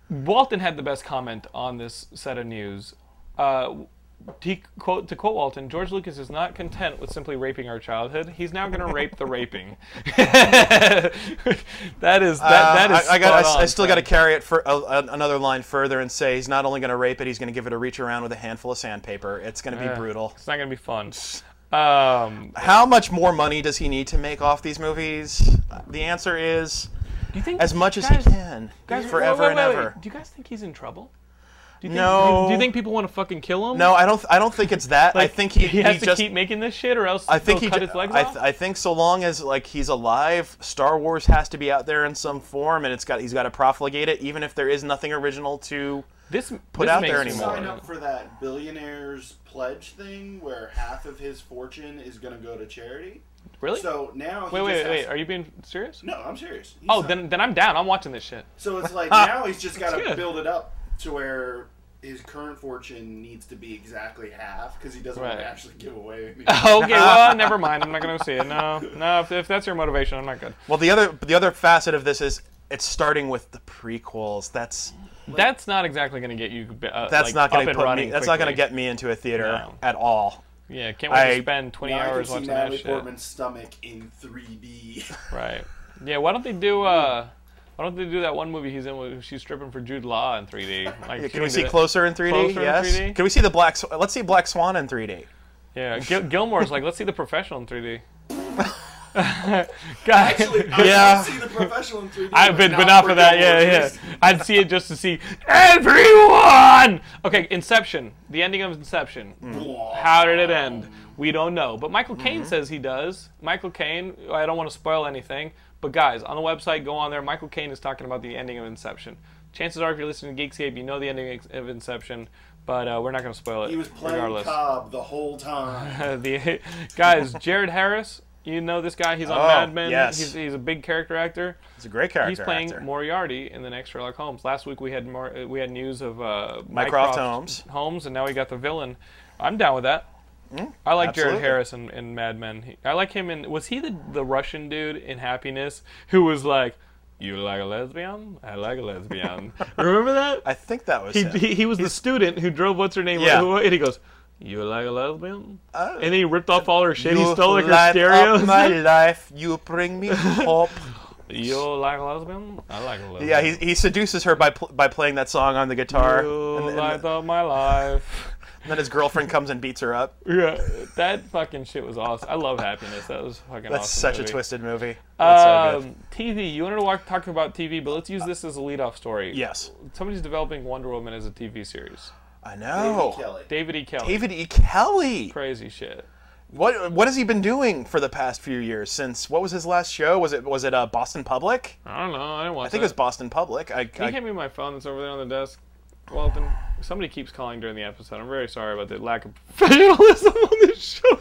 Speaker 1: Walton had the best comment on this set of news. Uh, he, quote, to quote Walton, George Lucas is not content with simply raping our childhood. He's now going to rape the raping. that is that, that
Speaker 2: Uh,
Speaker 1: is.
Speaker 2: I, I,
Speaker 1: spot
Speaker 2: got, I,
Speaker 1: on,
Speaker 2: still got to
Speaker 1: friend.
Speaker 2: carry it for a, a, another line further and say he's not only going to rape it, he's going to give it a reach around with a handful of sandpaper. It's going to be
Speaker 1: Yeah.
Speaker 2: brutal.
Speaker 1: It's not going to be fun. Um,
Speaker 2: How much more money does he need to make off these movies? The answer is
Speaker 1: do you think
Speaker 2: as much as
Speaker 1: guys-
Speaker 2: he can,
Speaker 1: guys-
Speaker 2: forever
Speaker 1: wait, wait, wait,
Speaker 2: and ever.
Speaker 1: wait. Do you guys think he's in trouble? Do you think,
Speaker 2: No.
Speaker 1: Do you think people want to fucking kill him?
Speaker 2: No, I don't. I don't think it's that. I
Speaker 1: Like,
Speaker 2: think he,
Speaker 1: he has to
Speaker 2: just.
Speaker 1: keep making this shit, or else
Speaker 2: I think
Speaker 1: he'll
Speaker 2: he.
Speaker 1: cut
Speaker 2: ju-
Speaker 1: his legs
Speaker 2: I,
Speaker 1: off.
Speaker 2: th- I think so long as like he's alive, Star Wars has to be out there in some form, and it's got he's got to profligate it, even if there is nothing original to.
Speaker 1: this
Speaker 2: put
Speaker 1: this
Speaker 2: out
Speaker 1: makes
Speaker 2: there
Speaker 1: me
Speaker 2: anymore.
Speaker 4: Sign
Speaker 1: mad.
Speaker 4: up for that billionaire's pledge thing where half of his fortune is going to go to charity.
Speaker 1: Really?
Speaker 4: So now he
Speaker 1: wait, wait,
Speaker 4: just
Speaker 1: wait,
Speaker 4: has-
Speaker 1: Are you being serious?
Speaker 4: No, I'm serious. He's
Speaker 1: Oh,
Speaker 4: not-
Speaker 1: then then I'm down. I'm watching this shit.
Speaker 4: So it's like now he's just got
Speaker 1: It's
Speaker 4: to
Speaker 1: good.
Speaker 4: build it up to where his current fortune needs to be exactly half because he doesn't want
Speaker 1: Right.
Speaker 4: to actually give away. Any-
Speaker 1: okay, well, never mind. I'm not gonna see it. No, no. If, if that's your motivation, I'm not good.
Speaker 2: Well, the other the other facet of this is it's starting with the prequels. That's
Speaker 1: That's not exactly gonna get you. Uh,
Speaker 2: that's
Speaker 1: like,
Speaker 2: not
Speaker 1: up
Speaker 2: going to
Speaker 1: and
Speaker 2: put me.
Speaker 1: running
Speaker 2: That's not going to
Speaker 1: quickly.
Speaker 2: get me into a theater
Speaker 1: No.
Speaker 2: at all.
Speaker 1: Yeah, can't wait
Speaker 2: I-
Speaker 1: to spend 20
Speaker 4: now
Speaker 1: hours
Speaker 4: I can
Speaker 1: watching
Speaker 4: see
Speaker 1: that
Speaker 4: Natalie
Speaker 1: shit.
Speaker 4: Portman's stomach in 3D.
Speaker 1: Right. Yeah. Why don't they do? uh Why don't they do that one movie he's in where she's stripping for Jude Law in 3D? Like,
Speaker 2: Yeah,
Speaker 1: should
Speaker 2: can we
Speaker 1: do
Speaker 2: see
Speaker 1: that?
Speaker 2: closer in 3D?
Speaker 1: Closer in
Speaker 2: yes.
Speaker 1: 3D?
Speaker 2: Can we see the black? Sw- Let's see Black Swan in 3D.
Speaker 1: Yeah. Gil- Gilmore's like, let's see the professional in 3D. Guys,
Speaker 4: Actually, I
Speaker 2: Yeah.
Speaker 4: yeah. see the professional in 3D.
Speaker 1: I've been, but not for that. Yeah, yeah. I'd see it just to see everyone. Okay, Inception. The ending of Inception. How did it end? We don't know. But Michael Caine
Speaker 4: Mm-hmm.
Speaker 1: says he does. Michael Caine. I don't want to spoil anything. But guys, on the website, go on there. Michael Caine is talking about the ending of Inception. Chances are, if you're listening to Geekscape, you know the ending of Inception. But uh, we're not going to spoil it.
Speaker 4: He was playing
Speaker 1: regardless.
Speaker 4: Cobb the whole time.
Speaker 1: Uh, the guys, Jared Harris. You know this guy. He's on
Speaker 2: Oh,
Speaker 1: Mad Men.
Speaker 2: yes.
Speaker 1: He's, he's a big character actor.
Speaker 2: It's a great character.
Speaker 1: He's playing
Speaker 2: actor.
Speaker 1: Moriarty in the next Sherlock Holmes. Last week we had more, uh, we had news of uh,
Speaker 2: Mycroft Holmes.
Speaker 1: Holmes, and now we got the villain. I'm down with that. I like
Speaker 2: Mm, absolutely.
Speaker 1: Jared Harris in, in Mad Men. He- I like him in. Was he the the Russian dude in Happiness who was like, "You like a lesbian? I like a lesbian." Remember that?
Speaker 2: I think that was
Speaker 1: he,
Speaker 2: him.
Speaker 1: he, he was the student who drove what's her name
Speaker 2: Yeah.
Speaker 1: who- and he goes you like a lesbian
Speaker 2: Oh.
Speaker 1: and then he ripped off all her shit he stole like her
Speaker 2: light
Speaker 1: stereo
Speaker 2: up my life. You bring me hope.
Speaker 1: you like a lesbian i like a lesbian
Speaker 2: yeah, he, he seduces her by pl- by playing that song on the guitar,
Speaker 1: you
Speaker 2: and, and-
Speaker 1: light up my life
Speaker 2: and then his girlfriend comes and beats her up.
Speaker 1: yeah that fucking shit was awesome i love happiness that was fucking
Speaker 2: That's
Speaker 1: awesome
Speaker 2: such
Speaker 1: movie.
Speaker 2: a twisted movie. That's so good.
Speaker 1: um, TV. You wanted to walk, talk about TV, but let's use this as a lead-off story.
Speaker 2: Yes,
Speaker 1: Somebody's developing Wonder Woman as a TV series.
Speaker 2: I
Speaker 4: Oh.
Speaker 2: know.
Speaker 4: Kelly.
Speaker 1: David E. Kelly.
Speaker 2: David E. Kelly.
Speaker 1: Crazy shit.
Speaker 2: What what has he been doing for the past few years? Since what was his last show? Was it was it uh, Boston Public?
Speaker 1: I don't know. I didn't watch.
Speaker 2: I think it was Boston Public. I,
Speaker 1: Can you
Speaker 2: I,
Speaker 1: hand me my phone that's over there on the desk? Walton, somebody keeps calling during the episode. I'm very sorry about the lack of professionalism on this show.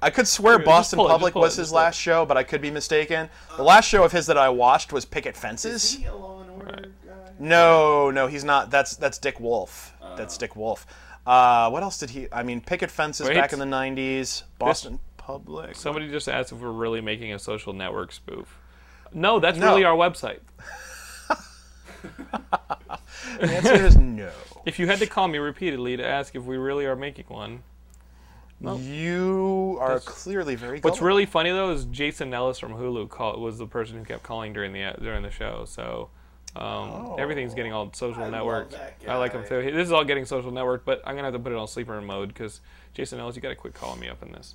Speaker 2: I could swear
Speaker 1: just
Speaker 2: Boston
Speaker 1: pull it, just
Speaker 2: Public
Speaker 1: pull it,
Speaker 2: was
Speaker 1: just
Speaker 2: his
Speaker 1: pull it.
Speaker 2: last show, but I could be mistaken. The last show of his that I watched was Picket Fences.
Speaker 4: Uh, Is he a Law and Order guy?
Speaker 2: No, no, he's not. That's that's Dick Wolf. That's Dick Wolf. Uh, what else did he? I mean, Picket Fences
Speaker 1: Wait.
Speaker 2: back in the '90s. Boston Public.
Speaker 1: Somebody just asked if we're really making a social network spoof. No, that's
Speaker 2: No.
Speaker 1: really our website.
Speaker 2: The answer is no.
Speaker 1: If you had to call me repeatedly to ask if we really are making one.
Speaker 2: You are clearly very.
Speaker 1: What's
Speaker 2: gullible.
Speaker 1: really funny though is Jason Ellis from Hulu call, was the person who kept calling during the during the show. So um, everything's getting all social
Speaker 4: Oh. I love
Speaker 1: network.
Speaker 4: that
Speaker 1: I like him
Speaker 4: guy.
Speaker 1: too. This is all getting social network, but I'm gonna have to put it on sleeper mode because Jason Ellis, you gotta quit calling me up in this.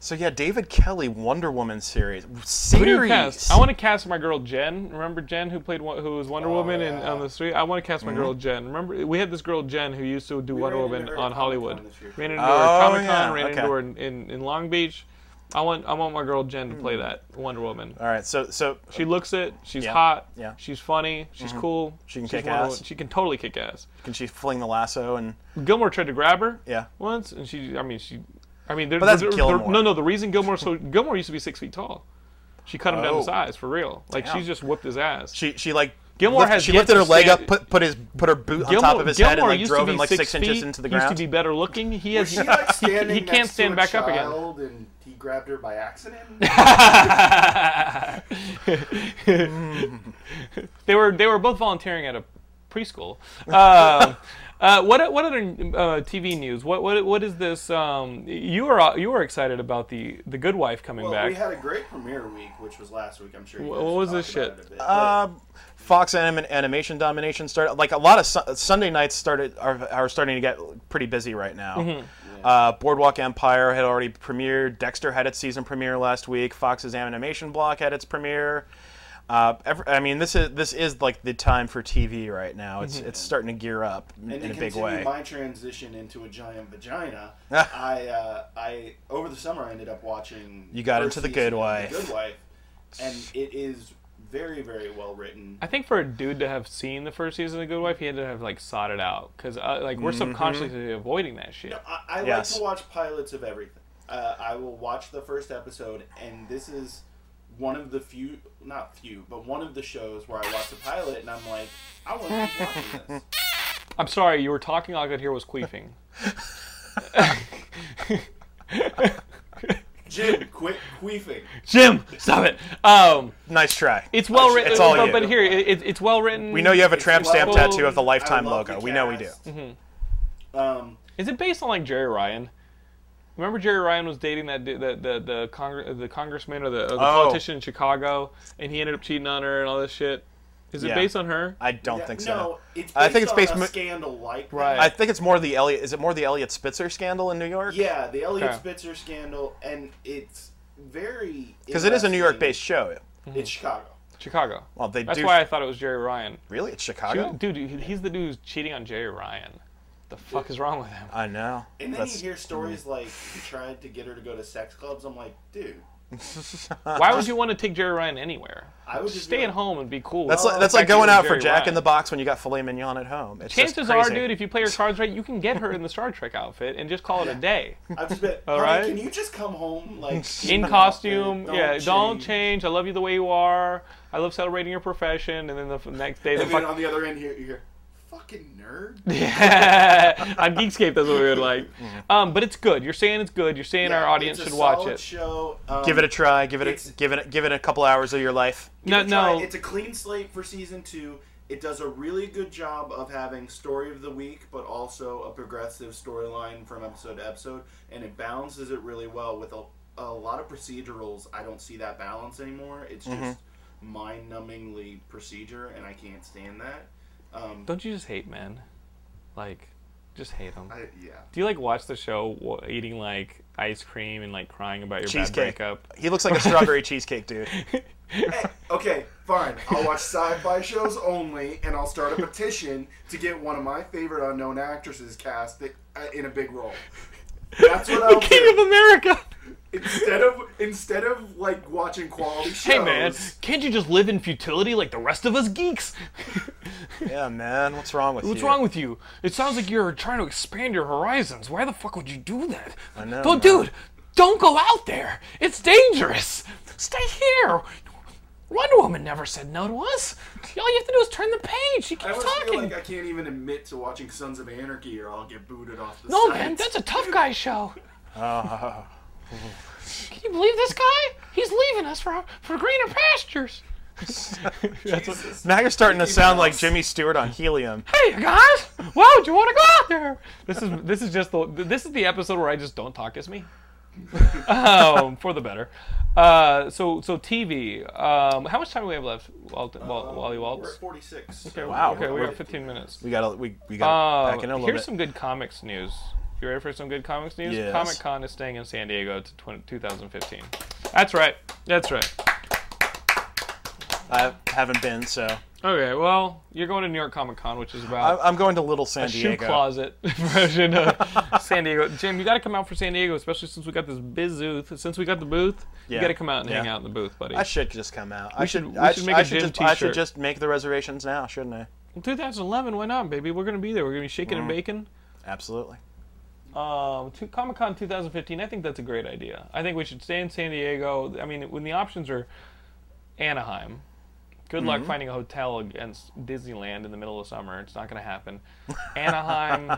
Speaker 2: So yeah, David Kelly Wonder Woman series.
Speaker 1: Who do you
Speaker 2: Series.
Speaker 1: cast? I want to cast my girl Jen. Remember Jen who played one- who was Wonder
Speaker 2: Oh,
Speaker 1: Woman in,
Speaker 4: yeah.
Speaker 1: on the street? I want to cast my
Speaker 2: Mm-hmm.
Speaker 1: girl Jen. Remember we had this girl Jen who used to do Wonder
Speaker 4: ran into
Speaker 1: Woman
Speaker 4: her
Speaker 1: on
Speaker 4: at Comic-Con
Speaker 1: Hollywood.
Speaker 4: this year.
Speaker 1: Ran into her
Speaker 2: Oh,
Speaker 1: at Comic Con.
Speaker 2: yeah,
Speaker 1: Ran
Speaker 2: okay.
Speaker 1: into her in, in, in Long Beach. I want I want my girl Jen to play that Wonder Woman.
Speaker 2: All right. So so
Speaker 1: She looks it. She's
Speaker 2: Uh, Yeah,
Speaker 1: hot.
Speaker 2: yeah. Mm-hmm.
Speaker 1: She's funny. She's cool.
Speaker 2: She can
Speaker 1: she's
Speaker 2: kick
Speaker 1: Wonder
Speaker 2: ass.
Speaker 1: Woman. She can totally kick ass.
Speaker 2: can she fling the lasso and
Speaker 1: Gilmore tried to grab her.
Speaker 2: yeah.
Speaker 1: Once, and she. I mean, she. I mean, there,
Speaker 2: But that's
Speaker 1: there- there-
Speaker 2: Gilmore.
Speaker 1: No, no. The reason Gilmore so Gilmore used to be six feet tall. She cut him down to
Speaker 2: Oh.
Speaker 1: size for real. Like
Speaker 2: Damn.
Speaker 1: she just whooped his ass.
Speaker 2: She she like
Speaker 1: Gilmore
Speaker 2: lift-
Speaker 1: has
Speaker 2: she
Speaker 1: yet
Speaker 2: lifted
Speaker 1: to
Speaker 2: her leg
Speaker 1: stand-
Speaker 2: up, put put his put her boot on top of his head and like
Speaker 1: used to
Speaker 2: drove
Speaker 1: be
Speaker 2: him like six, inches
Speaker 1: feet,
Speaker 2: into the
Speaker 1: Used
Speaker 2: ground.
Speaker 1: to be better looking. He has.
Speaker 4: She like
Speaker 1: he- he,
Speaker 4: standing
Speaker 1: can't
Speaker 4: next to
Speaker 1: stand
Speaker 4: a
Speaker 1: back up again.
Speaker 4: child And he grabbed her by accident.
Speaker 1: they were they were both volunteering at a preschool. Uh, uh, what what other uh, TV news? What what what is this? Um, you were you were excited about the the Good Wife coming
Speaker 4: well,
Speaker 1: back.
Speaker 4: we had a great premiere week, which was last week. I'm sure. You
Speaker 1: Wha-
Speaker 4: guys
Speaker 1: what was this
Speaker 4: talked about
Speaker 1: shit?
Speaker 4: it a bit, but-
Speaker 2: Uh, Fox anim- animation domination started like a lot of su- Sunday nights started are, are starting to get pretty busy right now. Uh, Boardwalk Empire had already premiered. Dexter had its season premiere last week. Fox's animation block had its premiere. Uh, ev I mean, this is this is like the time for TV right now. It's it's starting to gear up in,
Speaker 4: and
Speaker 2: in
Speaker 4: to
Speaker 2: a big
Speaker 4: continue
Speaker 2: way. Ah.
Speaker 4: my transition into a giant vagina, I uh, I over the summer I ended up watching.
Speaker 2: You got
Speaker 4: first
Speaker 2: into The
Speaker 4: season
Speaker 2: Good
Speaker 4: of
Speaker 2: Wife.
Speaker 4: The Good Wife, and it is very very well written.
Speaker 1: I think for a dude to have seen the first season of Good Wife, he had to have like sought it out because uh, like
Speaker 2: Mm-hmm.
Speaker 1: we're subconsciously avoiding that shit.
Speaker 4: I, I
Speaker 2: Yes.
Speaker 4: like to watch pilots of everything. Uh, I will watch the first episode, and this is one of the few, not few, but one of the shows where I watch the pilot and I'm like, I want to keep watching this.
Speaker 1: I'm sorry, you were talking. All I could hear was queefing.
Speaker 4: Jim, quit queefing.
Speaker 1: Jim, stop it. Um,
Speaker 2: nice try.
Speaker 1: it's well written.
Speaker 2: it's all
Speaker 1: but,
Speaker 2: you.
Speaker 1: but here, it, it, it's well written.
Speaker 2: we know you have a tramp stamp
Speaker 1: well-
Speaker 2: tattoo of the Lifetime
Speaker 4: I love
Speaker 2: logo.
Speaker 4: the
Speaker 2: We know we do.
Speaker 4: cast. Um,
Speaker 1: Is it based on like Jerry Ryan? Remember Jerry Ryan was dating that du- the the the, congr- the congressman or the, or the
Speaker 2: Oh.
Speaker 1: politician in Chicago, and he ended up cheating on her and all this shit. Is it
Speaker 2: Yeah.
Speaker 1: based on her?
Speaker 2: I don't
Speaker 4: yeah,
Speaker 2: think so.
Speaker 4: no, it's
Speaker 2: I think it's
Speaker 4: on
Speaker 2: based
Speaker 4: a
Speaker 2: mo-
Speaker 4: scandal like that.
Speaker 1: Right.
Speaker 2: I think it's more the Elliot. Is it more the Elliot Spitzer scandal in New York?
Speaker 4: Yeah, the Elliot
Speaker 1: Okay.
Speaker 4: Spitzer scandal, and it's very
Speaker 2: because it is a New York-based
Speaker 4: interesting.
Speaker 2: show.
Speaker 4: It's Chicago.
Speaker 1: Chicago.
Speaker 2: Well, they
Speaker 1: That's
Speaker 2: do.
Speaker 1: why I thought it was Jerry Ryan.
Speaker 2: really, it's Chicago.
Speaker 1: Dude, dude, he- he's the dude who's cheating on Jerry Ryan. The fuck is wrong with him?
Speaker 2: I know.
Speaker 4: And then
Speaker 2: That's-
Speaker 4: you hear stories like he tried to get her to go to sex clubs. I'm like, dude,
Speaker 1: Why would you want to take Jerry Ryan anywhere?
Speaker 4: I would just
Speaker 1: Stay
Speaker 4: be
Speaker 1: at
Speaker 4: like,
Speaker 1: home and be cool.
Speaker 2: that's
Speaker 1: Well,
Speaker 2: like, that's
Speaker 1: the
Speaker 2: like
Speaker 1: fact that
Speaker 2: going
Speaker 1: you're
Speaker 2: out for
Speaker 1: Jerry
Speaker 2: Jack
Speaker 1: Ryan.
Speaker 2: in the Box when you got filet mignon at home. It's just
Speaker 1: Chances are,
Speaker 2: crazy.
Speaker 1: dude, if you play your cards right, you can get her in the Star Trek outfit and just call it a day.
Speaker 4: I've just been,
Speaker 1: All
Speaker 4: "Honey,
Speaker 1: right.
Speaker 4: Can you just come home like
Speaker 1: In
Speaker 4: no,
Speaker 1: costume,
Speaker 4: dude, don't
Speaker 1: yeah, don't
Speaker 4: change."
Speaker 1: change. I love you the way you are. I love celebrating your profession. And then the f- next day, the
Speaker 4: And then
Speaker 1: fuck.
Speaker 4: on the other end, here you hear, fucking nerd.
Speaker 1: on Geekscape, that's what we would like. Um, but it's good. You're saying it's good. You're saying our
Speaker 4: Yeah,
Speaker 1: audience
Speaker 4: it's a
Speaker 1: should watch
Speaker 4: solid
Speaker 1: it.
Speaker 4: Show. Um,
Speaker 2: give it a try. Give it
Speaker 4: It's-
Speaker 2: a, give it a- give it a couple hours of your life.
Speaker 1: No,
Speaker 4: give it a try.
Speaker 1: no.
Speaker 4: It's a clean slate for season two. It does a really good job of having story of the week, but also a progressive storyline from episode to episode, and it balances it really well with a, a lot of procedurals. I don't see that balance anymore. It's just mind-numbingly procedure, and I can't stand that. Um,
Speaker 1: Don't you just hate men? Like, just hate them.
Speaker 4: I, yeah.
Speaker 1: Do you like watch the show wh- eating like ice cream and like crying about your bad
Speaker 2: Cheesecake.
Speaker 1: breakup?
Speaker 2: He looks like a strawberry cheesecake dude.
Speaker 4: Hey, okay, fine. I'll watch sci-fi shows only, and I'll start a petition to get one of my favorite unknown actresses cast i- uh, in a big role. That's what I'll
Speaker 1: King of
Speaker 4: do.
Speaker 1: America.
Speaker 4: Instead of instead of like watching quality shows.
Speaker 1: Hey man, can't you just live in futility like the rest of us geeks?
Speaker 2: Yeah, man, what's wrong with
Speaker 1: What's
Speaker 2: you?
Speaker 1: wrong with you? It sounds like you're trying to expand your horizons. Why the fuck would you do that? I
Speaker 2: know,
Speaker 1: Don't,
Speaker 2: man.
Speaker 1: dude, don't go out there. It's dangerous. Stay here. Wonder Woman never said no to us. All you have to do is turn the page. She
Speaker 4: I
Speaker 1: keeps
Speaker 4: always
Speaker 1: talking.
Speaker 4: feel like I can't even admit to watching Sons of Anarchy, or I'll get booted off the
Speaker 1: No,
Speaker 4: site.
Speaker 1: man, that's a tough guy show. Oh. Can you believe this guy? He's leaving us for for greener pastures.
Speaker 4: Jesus.
Speaker 2: Now you're starting to
Speaker 4: Mickey
Speaker 2: sound like
Speaker 4: Mouse.
Speaker 2: Jimmy Stewart on Helium.
Speaker 1: Hey you guys, why would you want to go out there? This is this is just the this is the episode where I just don't talk as me. um, for the better. Uh, so so TV. Um, how much time do we have left, Walt, Walt, Wally
Speaker 4: We're at
Speaker 1: Waltz?
Speaker 4: 46.
Speaker 1: Okay,
Speaker 2: Wow.
Speaker 1: Okay, we got 15 minutes.
Speaker 2: We gotta we, we gotta
Speaker 1: Uh,
Speaker 2: pack it in a little
Speaker 1: here's
Speaker 2: bit.
Speaker 1: some good comics news. You ready for some good comics news?
Speaker 2: Yes.
Speaker 1: Comic Con is staying in San Diego to 20, 2015. That's right. That's right.
Speaker 2: I haven't been, so
Speaker 1: Okay, well, you're going to New York Comic Con, which is about
Speaker 2: I, I'm going to Little San
Speaker 1: a shoe
Speaker 2: Diego.
Speaker 1: closet version of San Diego. Jim, you got to come out for San Diego, especially since we got this bizooth. Since we got the booth, you
Speaker 2: Yeah.
Speaker 1: got to come out and hang
Speaker 2: Yeah.
Speaker 1: out in the booth, buddy.
Speaker 2: I should just come out. I
Speaker 1: should-
Speaker 2: should.
Speaker 1: we
Speaker 2: I
Speaker 1: should
Speaker 2: should
Speaker 1: make
Speaker 2: I
Speaker 1: a
Speaker 2: should
Speaker 1: Jim
Speaker 2: just. I should
Speaker 1: t-shirt.
Speaker 2: just make the reservations now, shouldn't I?
Speaker 1: 2011, why not, baby? We're gonna be there. We're gonna be shaking
Speaker 2: Mm.
Speaker 1: and baking.
Speaker 2: Absolutely.
Speaker 1: Um, to Comic Con 2015, I think that's a great idea. I think we should stay in San Diego. I mean, when the options are Anaheim, good
Speaker 2: Mm-hmm.
Speaker 1: luck finding a hotel against Disneyland in the middle of summer. It's not going to happen. Anaheim,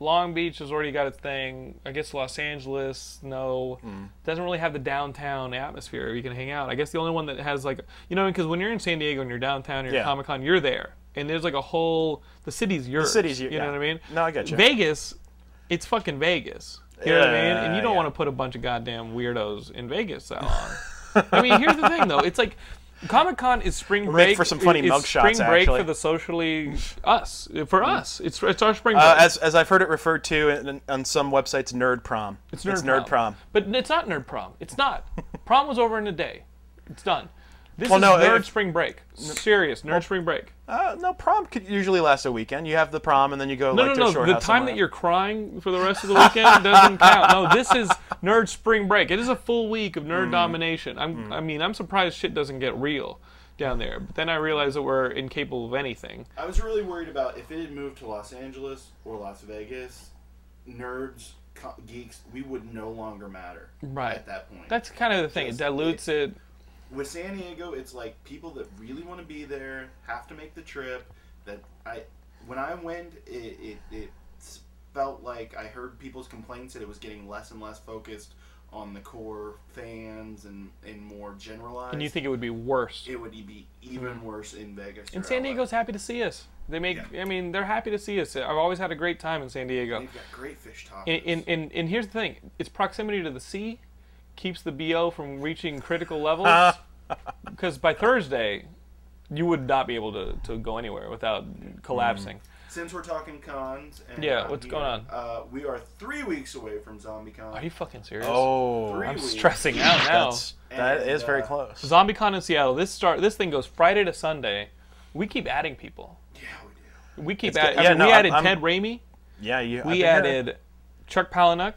Speaker 1: Long Beach has already got its thing. I guess Los Angeles, no,
Speaker 2: Mm.
Speaker 1: doesn't really have the downtown atmosphere where you can hang out. I guess the only one that has like, you know, because when you're in San Diego and you're downtown, you're
Speaker 2: Yeah.
Speaker 1: Comic Con, you're there, and there's like a whole the city's yours.
Speaker 2: city's
Speaker 1: you
Speaker 2: your-
Speaker 1: know
Speaker 2: yeah.
Speaker 1: what I mean?
Speaker 2: No, I get you.
Speaker 1: Vegas, it's fucking Vegas. You know what I mean? And you
Speaker 2: Yeah,
Speaker 1: don't
Speaker 2: yeah.
Speaker 1: want to put a bunch of goddamn weirdos in Vegas that long. I mean, here's the thing though. It's like Comic Con is spring break
Speaker 2: for some funny
Speaker 1: is
Speaker 2: mugshots,
Speaker 1: Spring break
Speaker 2: actually. Mm.
Speaker 1: for the socially us for us. It's it's our spring break.
Speaker 2: Uh, as, as I've heard it referred to in, in, on some websites, nerd prom.
Speaker 1: it's nerd,
Speaker 2: prom.
Speaker 1: But it's not nerd prom. It's not. prom was over in a day. It's done. This
Speaker 2: Well,
Speaker 1: is
Speaker 2: no,
Speaker 1: nerd
Speaker 2: if-
Speaker 1: spring break. Serious nerd spring break.
Speaker 2: Uh, no, prom could usually last a weekend. You have the prom, and then you go
Speaker 1: No,
Speaker 2: like to
Speaker 1: no,
Speaker 2: a
Speaker 1: no.
Speaker 2: short
Speaker 1: The time
Speaker 2: house
Speaker 1: that
Speaker 2: somewhere.
Speaker 1: you're crying for the rest of the weekend doesn't count. No, this is nerd spring break. It is a full week of
Speaker 2: Mm.
Speaker 1: nerd domination. I'm, I mean, I'm surprised shit doesn't get real down there. But then I realize that we're incapable of anything.
Speaker 4: I was really worried about if it had moved to Los Angeles or Las Vegas, nerds, co- geeks, we would no longer matter.
Speaker 1: Right.
Speaker 4: At that point.
Speaker 1: That's kind of the thing. It
Speaker 4: Just-
Speaker 1: dilutes it.
Speaker 4: With San Diego, it's like people that really want to be there have to make the trip. That I, when I went, it, it, it s- felt like I heard people's complaints that it was getting less and less focused on the core fans and, and more generalized.
Speaker 1: And you think it would be worse.
Speaker 4: it would be even worse in Vegas? or
Speaker 1: And San
Speaker 4: LA.
Speaker 1: Diego's happy to see us. They make.
Speaker 4: Yeah.
Speaker 1: I mean, they're happy to see us. I've always had a great time in San Diego.
Speaker 4: They've got great fish tacos.
Speaker 1: And, and, and, and here's the thing its proximity to the sea keeps the BO from reaching critical levels. Because by Thursday, you would not be able to, to go anywhere without
Speaker 2: Mm.
Speaker 1: collapsing.
Speaker 4: Since we're talking cons, and
Speaker 1: Yeah,
Speaker 4: I'm
Speaker 1: what's going on?
Speaker 4: Uh, we are three weeks away from ZombieCon.
Speaker 1: Are you fucking serious?
Speaker 2: Oh,
Speaker 4: Three
Speaker 1: I'm
Speaker 4: weeks.
Speaker 1: stressing out now.
Speaker 2: that's that
Speaker 4: And,
Speaker 2: is very
Speaker 4: uh,
Speaker 2: close.
Speaker 1: ZombieCon in Seattle. This start. This thing goes Friday to Sunday. We keep adding people.
Speaker 4: Yeah, we do.
Speaker 1: We keep
Speaker 2: It's
Speaker 1: adding.
Speaker 2: good. Yeah,
Speaker 1: I mean,
Speaker 2: no,
Speaker 1: we
Speaker 2: I'm-
Speaker 1: added
Speaker 2: I'm-
Speaker 1: Ted Raimi.
Speaker 2: Yeah, you. I've
Speaker 1: We
Speaker 2: been
Speaker 1: added Chuck Palahniuk.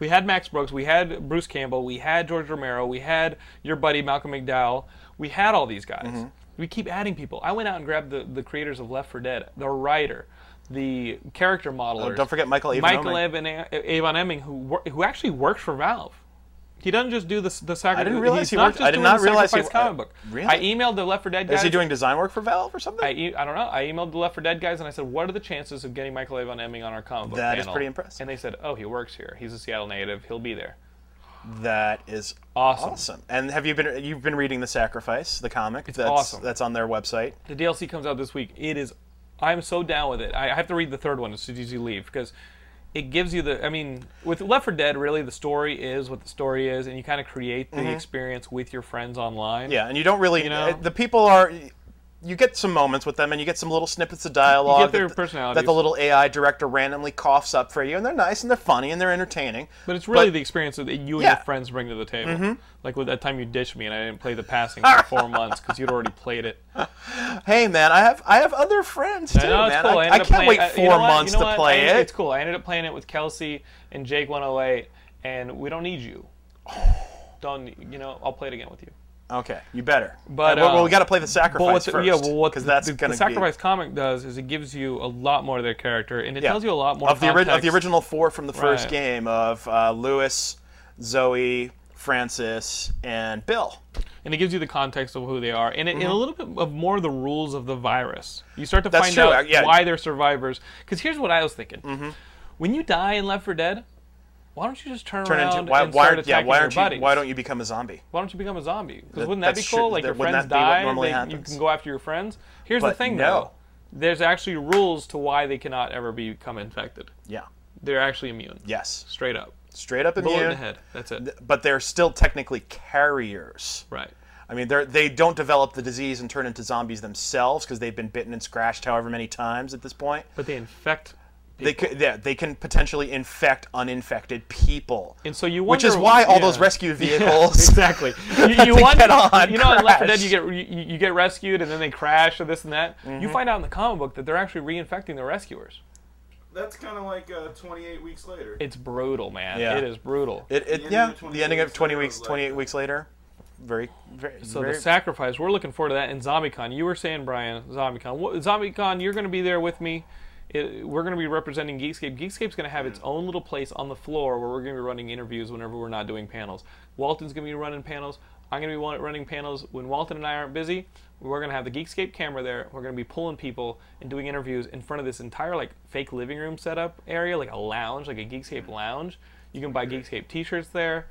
Speaker 1: We had Max Brooks. We had Bruce Campbell. We had George Romero. We had your buddy Malcolm McDowell. We had all these guys.
Speaker 2: Mm-hmm.
Speaker 1: We keep adding people. I went out and grabbed the, the creators of Left 4 Dead, the writer, the character modeler.
Speaker 2: Oh, don't forget Michael Avon
Speaker 1: Michael
Speaker 2: Emming.
Speaker 1: Evan, Avon Emming, who wor- who actually works for Valve. He doesn't just do the s- the sacrifice.
Speaker 2: I didn't realize
Speaker 1: he's
Speaker 2: he
Speaker 1: not
Speaker 2: worked-
Speaker 1: Just
Speaker 2: I did
Speaker 1: doing
Speaker 2: not
Speaker 1: the
Speaker 2: realize he
Speaker 1: Sacrifice
Speaker 2: wo-
Speaker 1: comic book.
Speaker 2: Really?
Speaker 1: I emailed the Left 4 Dead guys.
Speaker 2: Is he doing design work for Valve or something?
Speaker 1: I, e- I don't know. I emailed the Left 4 Dead guys and I said, "What are the chances of getting Michael Avon Emming on our comic book
Speaker 2: That is
Speaker 1: panel?"
Speaker 2: pretty impressive.
Speaker 1: And they said, "Oh, he works here. He's a Seattle native. He'll be there."
Speaker 2: that is
Speaker 1: Awesome.
Speaker 2: awesome. And have you been you've been reading the Sacrifice, the comic? It's that's,
Speaker 1: awesome.
Speaker 2: That's on their website.
Speaker 1: The DLC comes out this week. It is. I'm so down with it. I I have to read the third one as soon as you leave because it gives you the. I mean, with Left 4 Dead, really, the story is what the story is, and you kind of create the experience with your friends online.
Speaker 2: Mm-hmm. Yeah, and you don't really eh,
Speaker 1: know?
Speaker 2: the people are. You get some moments with them, and you get some little snippets of dialogue.
Speaker 1: their
Speaker 2: that the-
Speaker 1: personalities.
Speaker 2: That the little AI director randomly coughs up for you, and they're nice, and they're funny, and they're entertaining.
Speaker 1: But it's really
Speaker 2: But-
Speaker 1: the experience that you and
Speaker 2: Yeah. Mm-hmm.
Speaker 1: your friends bring to the table. Like with that time you ditched me and I didn't play the passing for four months because you'd already played it.
Speaker 2: Hey, man, I have I have other friends too,
Speaker 1: I know, it's
Speaker 2: man.
Speaker 1: cool. I,
Speaker 2: I,
Speaker 1: ended
Speaker 2: I
Speaker 1: up
Speaker 2: can't
Speaker 1: playing,
Speaker 2: wait
Speaker 1: I-
Speaker 2: four
Speaker 1: you know what?
Speaker 2: months
Speaker 1: You know
Speaker 2: to
Speaker 1: what?
Speaker 2: play
Speaker 1: I ended-
Speaker 2: it.
Speaker 1: It's cool. I ended up playing it with Kelsey and Jake 108, and we don't need you. Don't you know? I'll play it again with you.
Speaker 2: Okay, you better.
Speaker 1: But,
Speaker 2: Uh, well, well,
Speaker 1: uh,
Speaker 2: we got to play the sacrifice
Speaker 1: But what the,
Speaker 2: first.
Speaker 1: yeah, well, what the,
Speaker 2: because that's
Speaker 1: the,
Speaker 2: going
Speaker 1: the
Speaker 2: to
Speaker 1: sacrifice comic does is it gives you a lot more of their character, and it
Speaker 2: be, yeah.
Speaker 1: tells you a lot more
Speaker 2: of the, ori- of
Speaker 1: context.
Speaker 2: the original four from the first
Speaker 1: Right.
Speaker 2: game of uh, Lewis, Zoe, Francis, and Bill.
Speaker 1: and it gives you the context of who they are, and, it, and a little bit of more of the rules of the virus. You start to
Speaker 2: That's
Speaker 1: find
Speaker 2: true, uh,
Speaker 1: out
Speaker 2: yeah.
Speaker 1: why they're survivors. Because here's what I was thinking: when you die in Left 4 Dead, why don't you just turn,
Speaker 2: Turn
Speaker 1: around
Speaker 2: into why,
Speaker 1: and
Speaker 2: why
Speaker 1: start
Speaker 2: aren't yeah
Speaker 1: attacking
Speaker 2: why
Speaker 1: your
Speaker 2: aren't you
Speaker 1: buddies?
Speaker 2: why don't you become a zombie?
Speaker 1: why don't you become a zombie? Because
Speaker 2: That-
Speaker 1: wouldn't that be
Speaker 2: that's
Speaker 1: cool?
Speaker 2: true.
Speaker 1: Like your
Speaker 2: That- wouldn't
Speaker 1: friends
Speaker 2: that be what
Speaker 1: die,
Speaker 2: normally
Speaker 1: they- you
Speaker 2: happens?
Speaker 1: can go after your friends. Here's the
Speaker 2: But
Speaker 1: thing,
Speaker 2: no.
Speaker 1: though. There's actually rules to why they cannot ever become infected.
Speaker 2: Yeah.
Speaker 1: They're actually immune.
Speaker 2: Yes.
Speaker 1: Straight up.
Speaker 2: Straight up
Speaker 1: Bullet in the
Speaker 2: immune.
Speaker 1: head. That's it.
Speaker 2: But they're still technically carriers.
Speaker 1: right.
Speaker 2: I mean, they're, they don't develop the disease and turn into zombies themselves because they've been bitten and scratched however many times at this point.
Speaker 1: But they infect people.
Speaker 2: They could, yeah, they can potentially infect uninfected people.
Speaker 1: and so you wonder,
Speaker 2: which is why all those
Speaker 1: yeah.
Speaker 2: rescue vehicles.
Speaker 1: Exactly. You,
Speaker 2: Have
Speaker 1: you
Speaker 2: to
Speaker 1: want-
Speaker 2: get on,
Speaker 1: you know, in Left 4 Dead,
Speaker 2: crash.
Speaker 1: you get you, you you get rescued and then they crash or this and that.
Speaker 2: Mm-hmm.
Speaker 1: You find out in the comic book that they're actually reinfecting the rescuers.
Speaker 4: That's kind of like uh, 28 weeks later.
Speaker 1: It's brutal, man.
Speaker 2: Yeah.
Speaker 1: It is brutal.
Speaker 2: It, it,
Speaker 4: The ending
Speaker 2: yeah,
Speaker 4: of 20
Speaker 2: the ending of
Speaker 4: weeks
Speaker 2: 20
Speaker 4: later
Speaker 2: weeks,
Speaker 4: was like
Speaker 2: 28
Speaker 4: that.
Speaker 2: weeks later. Very, very.
Speaker 1: so
Speaker 2: very,
Speaker 1: the sacrifice, we're looking forward to that. And ZombieCon, you were saying, Brian, ZombieCon, what, ZombieCon, you're going to be there with me. It, we're going to be representing Geekscape. Geekscape's going to have its own little place on the floor where we're going to be running interviews whenever we're not doing panels. Walton's going to be running panels. I'm going to be one- running panels when Walton and I aren't busy. We're going to have the Geekscape camera there. We're going to be pulling people and doing interviews in front of this entire like fake living room setup area, like a lounge, like a Geekscape lounge. You can buy Geekscape T-shirts there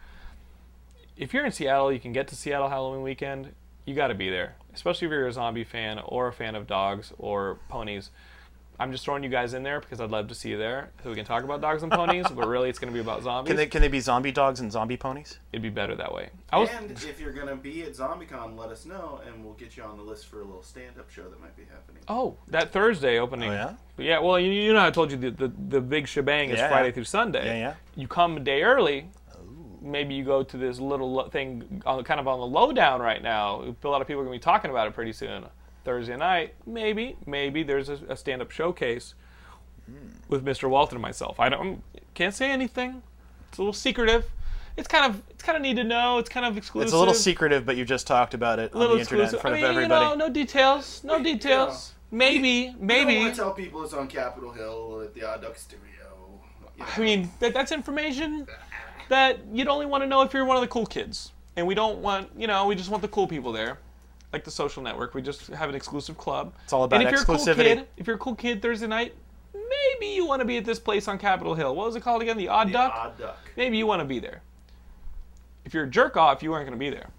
Speaker 1: if you're in Seattle, you can get to Seattle Halloween weekend. You got to be there, especially if you're a zombie fan or a fan of dogs or ponies. I'm just throwing you guys in there because I'd love to see you there, so we can talk about dogs and ponies. but really, it's going to be about zombies.
Speaker 2: can, they, can they be zombie dogs and zombie ponies?
Speaker 1: It'd be better that way. I was,
Speaker 4: And if you're gonna be at ZombieCon, let us know, and we'll get you on the list for a little stand-up show that might be happening.
Speaker 1: oh, that Thursday opening.
Speaker 2: Oh, yeah?
Speaker 1: Yeah. Well, you, you know, I told you the the, the big shebang is
Speaker 2: Yeah,
Speaker 1: Friday
Speaker 2: yeah.
Speaker 1: through Sunday.
Speaker 2: Yeah, yeah.
Speaker 1: You come a day early. Maybe you go to this little lo- thing, on, kind of on the lowdown right now. A lot of people are going to be talking about it pretty soon. Thursday night, maybe, maybe there's a, a stand-up showcase with Mr. Walton and myself. I don't can't say anything. It's a little secretive. It's kind of it's kind of need to know. It's kind of exclusive.
Speaker 2: It's a little secretive, but you just talked about it on the
Speaker 1: little
Speaker 2: internet in
Speaker 1: exclusive.
Speaker 2: front
Speaker 1: I
Speaker 2: of
Speaker 1: mean,
Speaker 2: everybody.
Speaker 1: you know, no details, no
Speaker 4: Wait,
Speaker 1: details. Maybe,
Speaker 4: I
Speaker 1: maybe.
Speaker 4: want to tell people it's on Capitol Hill at the Odd Duck Studio. You know,
Speaker 1: I mean, that, that's information that you'd only want to know if you're one of the cool kids. And we don't want, you know, we just want the cool people there, like the social network. We just have an exclusive club.
Speaker 2: It's all about
Speaker 1: and if You're a cool
Speaker 2: exclusivity.
Speaker 1: kid, if you're a cool kid Thursday night, maybe you want to be at this place on Capitol Hill. What was it called again? The Odd
Speaker 4: the
Speaker 1: Duck?
Speaker 4: Odd Duck.
Speaker 1: Maybe you want to be there. If you're a jerk off, you aren't going to be there.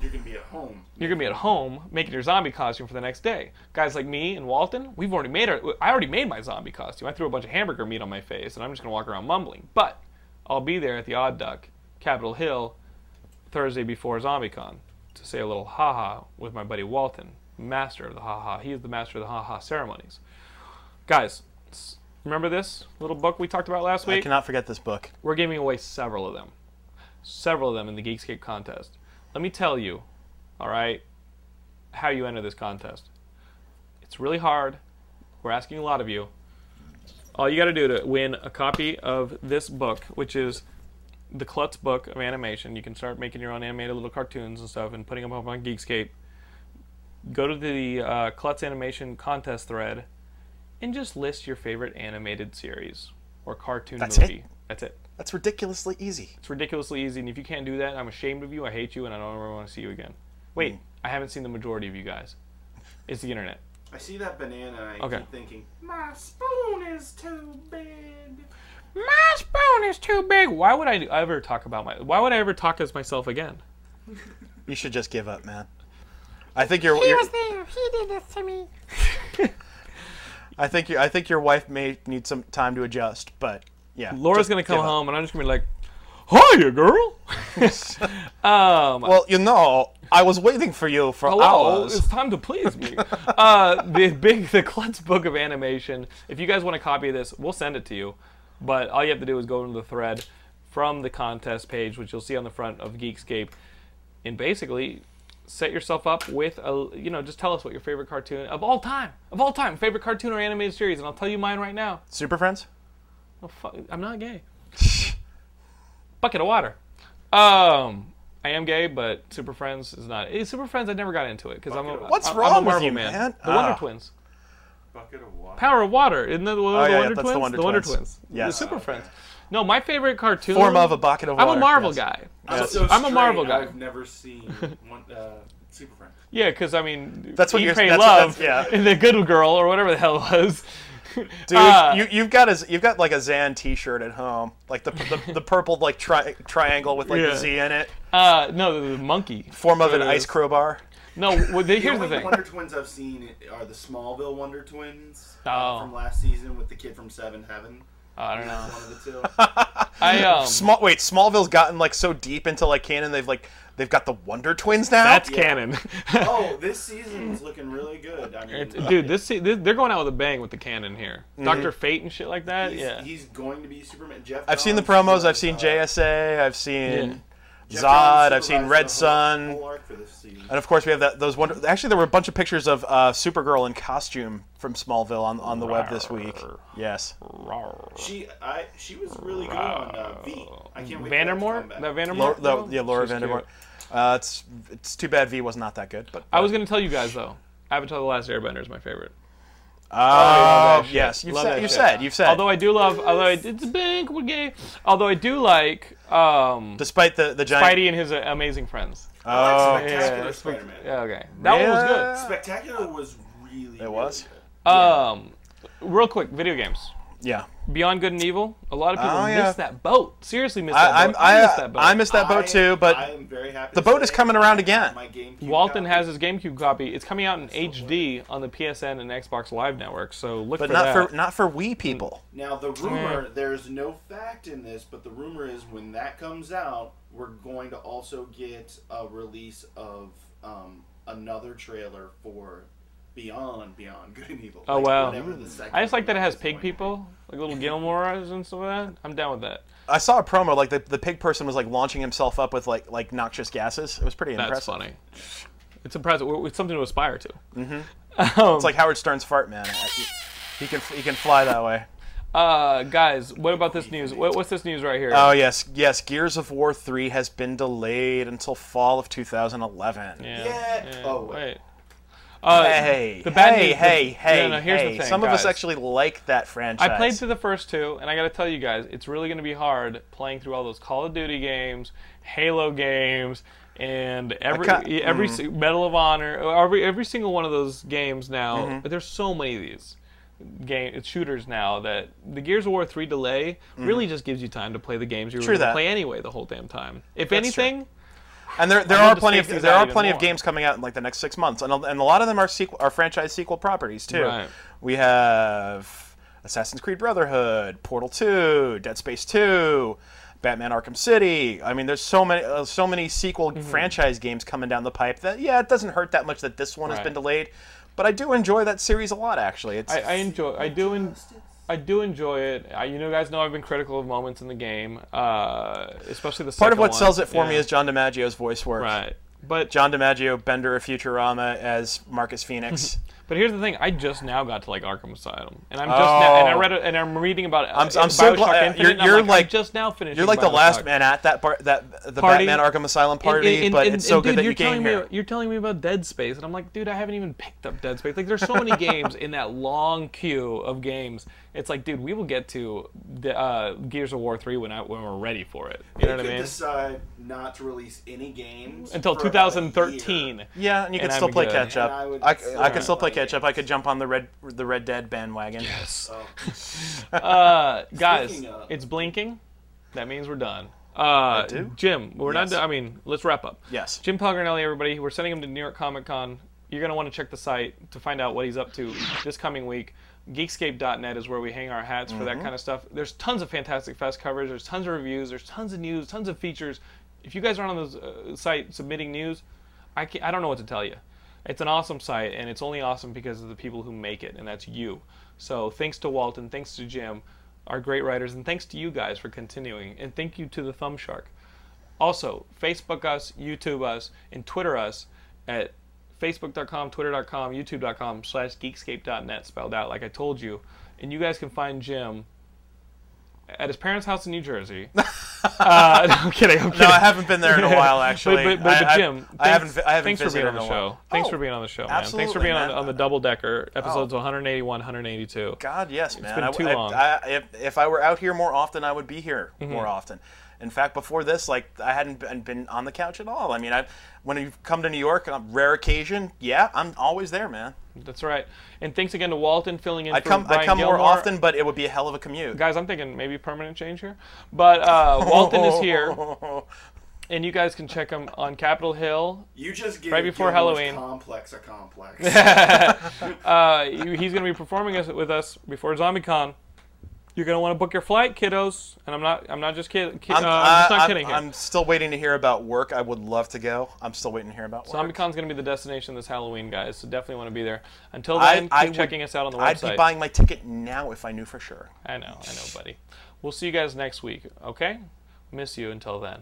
Speaker 4: You're gonna be at home.
Speaker 1: You're going to be at home making your zombie costume for the next day. Guys like me and Walton, we've already made our. I already made my zombie costume. I threw a bunch of hamburger meat on my face, and I'm just going to walk around mumbling. But I'll be there at the Odd Duck, Capitol Hill, Thursday before ZombieCon to say a little ha ha with my buddy Walton, master of the ha ha. He is the master of the ha ha ceremonies. Guys, s- remember this little book we talked about last
Speaker 2: I
Speaker 1: week?
Speaker 2: cannot forget this book.
Speaker 1: We're giving away several of them. Several of them in the Geekscape contest. Let me tell you, all right, how you enter this contest. It's really hard. We're asking a lot of you. All you got to do to win a copy of this book, which is the Klutz book of animation, you can start making your own animated little cartoons and stuff and putting them up on Geekscape. Go to the uh, Klutz animation contest thread and just list your favorite animated series or cartoon
Speaker 2: That's
Speaker 1: movie.
Speaker 2: it?
Speaker 1: That's it.
Speaker 2: That's ridiculously easy.
Speaker 1: It's ridiculously easy, and if you can't do that, I'm ashamed of you. I hate you, and I don't ever want to see you again. Wait, I haven't seen the majority of you guys. It's the internet.
Speaker 4: I see that banana. I
Speaker 1: Okay.
Speaker 4: keep thinking my spoon is too big.
Speaker 1: My spoon is too big. Why would I ever talk about my? Why would I ever talk as myself again?
Speaker 2: You should just give up, man. I think your your-
Speaker 5: there. He did this to me.
Speaker 2: I think your I think your wife may need some time to adjust, but yeah.
Speaker 1: Laura's
Speaker 2: just
Speaker 1: gonna come
Speaker 2: give up.
Speaker 1: home, and I'm just gonna be like, "Hiya, girl." um,
Speaker 2: Well, you know, I was waiting for you for
Speaker 1: Hello,
Speaker 2: hours.
Speaker 1: it's time to please me. uh, the big, the Klutz book of animation. If you guys want a copy of this, we'll send it to you. But all you have to do is go into the thread from the contest page, which you'll see on the front of Geekscape, and basically set yourself up with a, you know, just tell us what your favorite cartoon of all time, of all time, favorite cartoon or animated series, and I'll tell you mine right now.
Speaker 2: Super Friends.
Speaker 1: Oh, fuck, I'm not gay. Bucket of water. Um, I am gay, but Super Friends is not. eh, Super Friends, I never got into it because I'm a,
Speaker 4: Bucket of-
Speaker 2: What's
Speaker 1: I- I'm a
Speaker 2: wrong with
Speaker 1: Marvel
Speaker 2: you, man?
Speaker 1: The Wonder
Speaker 2: Ah.
Speaker 1: Twins.
Speaker 4: Bucket of water.
Speaker 1: Power of Water. Isn't that the, one-
Speaker 2: Oh,
Speaker 1: the
Speaker 2: yeah, yeah,
Speaker 1: Wonder
Speaker 2: that's the
Speaker 1: Twins?
Speaker 2: Wonder
Speaker 1: the Wonder
Speaker 2: Twins.
Speaker 1: Twins.
Speaker 2: Yes.
Speaker 1: The Super Friends. No, my favorite cartoon.
Speaker 2: Form of a bucket of water.
Speaker 1: I'm a Marvel
Speaker 2: yes.
Speaker 1: guy.
Speaker 4: I'm,
Speaker 2: Yes.
Speaker 4: so
Speaker 1: I'm a Marvel
Speaker 4: straight,
Speaker 1: guy.
Speaker 4: I've never seen one, uh, Super Friends.
Speaker 1: Yeah, because I mean,
Speaker 2: That's what
Speaker 1: Eat,
Speaker 2: you're-
Speaker 1: Pray,
Speaker 2: that's what
Speaker 1: Love.
Speaker 2: that's- yeah.
Speaker 1: And the Good Girl or whatever the hell it was.
Speaker 2: Dude,
Speaker 1: Ah.
Speaker 2: you you've got a you've got like a Zan T-shirt at home, like the the, the purple like tri- triangle with like
Speaker 1: Yeah.
Speaker 2: the Z in it,
Speaker 1: Uh, no, the, the monkey.
Speaker 2: form of an
Speaker 1: Uh,
Speaker 2: ice crowbar.
Speaker 1: No, well, they- here's the
Speaker 4: the only
Speaker 1: thing.
Speaker 4: Wonder Twins I've seen are the Smallville Wonder Twins uh,
Speaker 1: Oh.
Speaker 4: from last season with the kid from Seven Heaven.
Speaker 1: I don't know.
Speaker 4: One of the two.
Speaker 1: I um.
Speaker 2: Small wait, Smallville's gotten like so deep into like canon they've like they've got the Wonder Twins now.
Speaker 1: That's
Speaker 4: Yeah.
Speaker 1: canon.
Speaker 4: oh, this season's looking really good. I mean,
Speaker 1: It's- Dude, this, se- this they're going out with a bang with the canon here. Doctor Fate and shit like that.
Speaker 4: Mm-hmm. he's,
Speaker 1: yeah.
Speaker 4: he's going to be Superman. Jeff.
Speaker 2: I've seen the
Speaker 4: Johns
Speaker 2: promos. I've
Speaker 4: supervised,
Speaker 2: seen
Speaker 4: uh,
Speaker 2: JSA. I've seen
Speaker 4: Jeff
Speaker 2: Zod.
Speaker 4: Johns
Speaker 2: I've seen
Speaker 4: supervised
Speaker 2: Red
Speaker 4: the
Speaker 2: Sun.
Speaker 4: Whole, whole arc for this season.
Speaker 2: And of course, we have that those wonder. Actually, there were a bunch of pictures of uh, Supergirl in costume from Smallville on, on the web this week. Yes,
Speaker 1: Rawr.
Speaker 4: She, I, she was really good on uh, V. I can't wait. for that to come
Speaker 1: Vandermore,
Speaker 4: back.
Speaker 1: that
Speaker 2: Lo-
Speaker 1: Vandermore.
Speaker 2: the,
Speaker 1: girl?
Speaker 2: yeah, Laura
Speaker 1: She's cute.
Speaker 2: Vandermore. Uh, it's it's too bad V was not that good, but
Speaker 1: I was gonna tell you guys though. Avatar: The Last Airbender is my favorite.
Speaker 2: Uh,
Speaker 1: that shit.
Speaker 2: yes, you
Speaker 1: Love
Speaker 2: said
Speaker 1: that
Speaker 2: you
Speaker 1: shit.
Speaker 2: said you said.
Speaker 1: Although I do love, although I, it's a big we're gay. Although I do like um,
Speaker 2: despite the the giant.
Speaker 1: Spidey and his uh, amazing friends.
Speaker 4: I like
Speaker 2: Oh,
Speaker 4: Spectacular
Speaker 1: yeah, that's
Speaker 4: Spider-Man.
Speaker 1: Yeah, okay, that one was
Speaker 2: yeah.
Speaker 4: Spectacular was really.
Speaker 2: It was?
Speaker 1: good. Um, real quick, video games.
Speaker 2: yeah.
Speaker 1: Beyond Good and Evil. A lot of people
Speaker 2: Oh,
Speaker 1: miss
Speaker 2: yeah.
Speaker 1: that boat. Seriously, miss that
Speaker 2: I, I'm,
Speaker 1: boat.
Speaker 2: I,
Speaker 1: miss that boat.
Speaker 2: I missed that boat too, but
Speaker 4: I am very happy.
Speaker 2: the
Speaker 4: to
Speaker 2: boat is
Speaker 4: say
Speaker 2: coming around
Speaker 4: I have
Speaker 2: again.
Speaker 4: My GameCube
Speaker 1: Walton
Speaker 4: copy.
Speaker 1: has his GameCube copy. It's coming out in HD on the PSN and Xbox Live network. So look
Speaker 2: but
Speaker 1: for
Speaker 2: not
Speaker 1: that.
Speaker 2: for not for we people.
Speaker 4: Now the rumor, there's no fact in this, but the rumor is when that comes out, we're going to also get a release of um, another trailer for Beyond Beyond Good and Evil.
Speaker 1: Oh,
Speaker 4: Like,
Speaker 1: wow.
Speaker 4: whatever the second
Speaker 1: I just like that it
Speaker 4: one
Speaker 1: has
Speaker 4: is
Speaker 1: pig
Speaker 4: going to
Speaker 1: people, like little Gilmore's and stuff like that. I'm down with that.
Speaker 2: I saw a promo like the, the pig person was like launching himself up with like like noxious gases. It was pretty
Speaker 1: That's
Speaker 2: impressive.
Speaker 1: funny. It's impressive. We're- It's something to aspire to.
Speaker 2: It's like Howard Stern's fart man. Uh, He can he can fly that way.
Speaker 1: Uh, guys, what about this news? What, what's this news right here?
Speaker 4: Uh,
Speaker 2: Oh yes, yes. Gears of War three has been delayed until fall of 2011.
Speaker 1: yeah.
Speaker 4: Yeah. Oh, wait.
Speaker 1: Uh,
Speaker 2: Hey,
Speaker 1: the bad
Speaker 2: hey,
Speaker 1: news-
Speaker 2: hey,
Speaker 1: the-
Speaker 2: hey,
Speaker 1: no, no, here's the
Speaker 2: hey.
Speaker 1: thing,
Speaker 2: Some of us
Speaker 1: guys.
Speaker 2: actually like that franchise.
Speaker 1: I played through the first two, and I got to tell you guys, it's really going to be hard playing through all those Call of Duty games, Halo games, and every e,
Speaker 2: ca- mm.
Speaker 1: every si- Medal of Honor, or every every single one of those games now.
Speaker 2: Mm-hmm.
Speaker 1: But there's so many of these game shooters now that the Gears of War three delay really just gives you time to play the games you were
Speaker 2: Mm-hmm. True
Speaker 1: going to
Speaker 2: that.
Speaker 1: play anyway the whole damn time. If
Speaker 2: That's true.
Speaker 1: anything,
Speaker 2: and there there
Speaker 1: I'm
Speaker 2: are
Speaker 1: just
Speaker 2: plenty of
Speaker 1: taking it
Speaker 2: there
Speaker 1: out
Speaker 2: are
Speaker 1: even
Speaker 2: plenty of
Speaker 1: more.
Speaker 2: games coming out in like the next six months, and a, and a lot of them are sequel are franchise sequel properties too.
Speaker 1: Right.
Speaker 2: We have Assassin's Creed Brotherhood, Portal Two, Dead Space Two. Batman: Arkham City. I mean, there's so many, uh, so many sequel
Speaker 1: Mm-hmm.
Speaker 2: franchise games coming down the pipe that yeah, it doesn't hurt that much that this one has
Speaker 1: Right.
Speaker 2: been delayed, but I do enjoy that series a lot. Actually, it's
Speaker 1: I, I enjoy. I do. En- I do enjoy it. I, you know, guys know I've been critical of moments in the game, uh, especially the
Speaker 2: part of
Speaker 1: second
Speaker 2: what
Speaker 1: one.
Speaker 2: sells it for me
Speaker 1: Yeah.
Speaker 2: is John DiMaggio's voice work.
Speaker 1: right. But
Speaker 2: John DiMaggio, Bender of Futurama as Marcus Phoenix.
Speaker 1: But here's the thing: I just now got to like Arkham Asylum, and I'm just now, and I
Speaker 2: Oh.
Speaker 1: read it, and I'm reading about. Uh,
Speaker 2: I'm- I'm so
Speaker 1: Bioshock
Speaker 2: glad-
Speaker 1: Infinite,
Speaker 2: you're-
Speaker 1: and I'm
Speaker 2: you're
Speaker 1: like, I'm
Speaker 2: like-
Speaker 1: just now finishing.
Speaker 2: You're like the
Speaker 1: Bioshock.
Speaker 2: last man at that bar, that the
Speaker 1: Party.
Speaker 2: Batman Arkham Asylum
Speaker 1: And-
Speaker 2: party,
Speaker 1: and- and-
Speaker 2: but
Speaker 1: and-
Speaker 2: it's so
Speaker 1: and,
Speaker 2: good
Speaker 1: dude,
Speaker 2: that
Speaker 1: you're
Speaker 2: you
Speaker 1: telling
Speaker 2: came
Speaker 1: me,
Speaker 2: here.
Speaker 1: You're telling me about Dead Space, and I'm like, dude, I haven't even picked up Dead Space. Like, there's so many games in that long queue of games. It's like, dude, we will get to the, uh, Gears of War three when I when we're ready for it. You know
Speaker 4: They
Speaker 1: what I
Speaker 4: could
Speaker 1: mean?
Speaker 4: decide not to release any games
Speaker 1: Until
Speaker 4: for about a
Speaker 1: 2013.
Speaker 4: year.
Speaker 2: yeah, and you
Speaker 1: And
Speaker 2: can still
Speaker 1: I'm
Speaker 2: play
Speaker 1: good.
Speaker 2: catch up.
Speaker 4: And I would
Speaker 2: I,
Speaker 4: still
Speaker 2: I can still play
Speaker 4: play
Speaker 2: catch up. I could jump on the red the Red Dead bandwagon.
Speaker 1: Yes.
Speaker 4: So,
Speaker 1: Uh, guys,
Speaker 4: Speaking of-
Speaker 1: it's blinking. That means we're done. Uh,
Speaker 2: do?
Speaker 1: Jim, we're
Speaker 2: Yes.
Speaker 1: not done. I mean, let's wrap up.
Speaker 2: Yes.
Speaker 1: Jim Pelgrinelli, everybody. We're sending him to New York Comic Con. You're going to want to check the site to find out what he's up to this coming week. Geekscape.net is where we hang our hats for that kind of stuff. There's tons of Fantastic Fest coverage. There's tons of reviews. There's tons of news. Tons of features. If you guys are on those uh, site submitting news, I can't, I don't know what to tell you. It's an awesome site, and it's only awesome because of the people who make it, and that's you. So thanks to Walton, thanks to Jim, our great writers, and thanks to you guys for continuing. And thank you to the Thumb Shark. Also, Facebook us, YouTube us, and Twitter us at facebook.com, twitter.com, youtube.com, slash geekscape.net, spelled out like I told you. And you guys can find Jim at his parents' house in New Jersey. uh, no, I'm kidding. I'm kidding.
Speaker 2: No, I haven't been there in a while actually.
Speaker 1: But, but, but,
Speaker 2: I- I-
Speaker 1: Jim,
Speaker 2: I,
Speaker 1: thanks-
Speaker 2: haven't vi- I haven't
Speaker 1: thanks for being
Speaker 2: visited
Speaker 1: on the
Speaker 2: in a while.
Speaker 1: show. Thanks
Speaker 2: Oh,
Speaker 1: for being on the show, man. Thanks for
Speaker 2: absolutely,
Speaker 1: being on,
Speaker 2: man. Oh.
Speaker 1: on the double decker episodes 181, 182.
Speaker 2: God, yes, man.
Speaker 1: been
Speaker 2: I-
Speaker 1: too
Speaker 2: I,
Speaker 1: long.
Speaker 2: I- if, if I were out here more often, I would be here
Speaker 1: Mm-hmm.
Speaker 2: more often. In fact, before this, like I hadn't been, been on the couch at all. I mean, I when you've come to New York on rare occasion, yeah, I'm always there, man.
Speaker 1: That's right. And thanks again to Walton filling in
Speaker 2: I
Speaker 1: for
Speaker 2: come
Speaker 1: Brian
Speaker 2: I come more
Speaker 1: Gilmore.
Speaker 2: often, but it would be a hell of a commute.
Speaker 1: Guys, I'm thinking maybe permanent change here. But uh, Walton is here, and you guys can check him on Capitol Hill.
Speaker 4: you just gave
Speaker 1: Right before
Speaker 4: Gilmore's
Speaker 1: Halloween.
Speaker 4: Complex a complex.
Speaker 1: Uh, you- he's going to be performing us, with us before ZombieCon. You're gonna want to book your flight, kiddos. And I'm not. I'm not just kidding. Kid,
Speaker 2: I'm,
Speaker 1: uh, I'm just
Speaker 2: I-
Speaker 1: not
Speaker 2: I'm-
Speaker 1: kidding here.
Speaker 2: I'm still waiting to hear about work. I would love to go. I'm still waiting to hear about work.
Speaker 1: ZombieCon's gonna be the destination this Halloween, guys. So definitely want to be there. Until
Speaker 2: I-
Speaker 1: then, keep
Speaker 2: I would-
Speaker 1: checking us out on the
Speaker 2: I'd
Speaker 1: website.
Speaker 2: be buying my ticket now if I knew for sure.
Speaker 1: I know. I know, buddy. We'll see you guys next week. Okay. Miss you. Until then.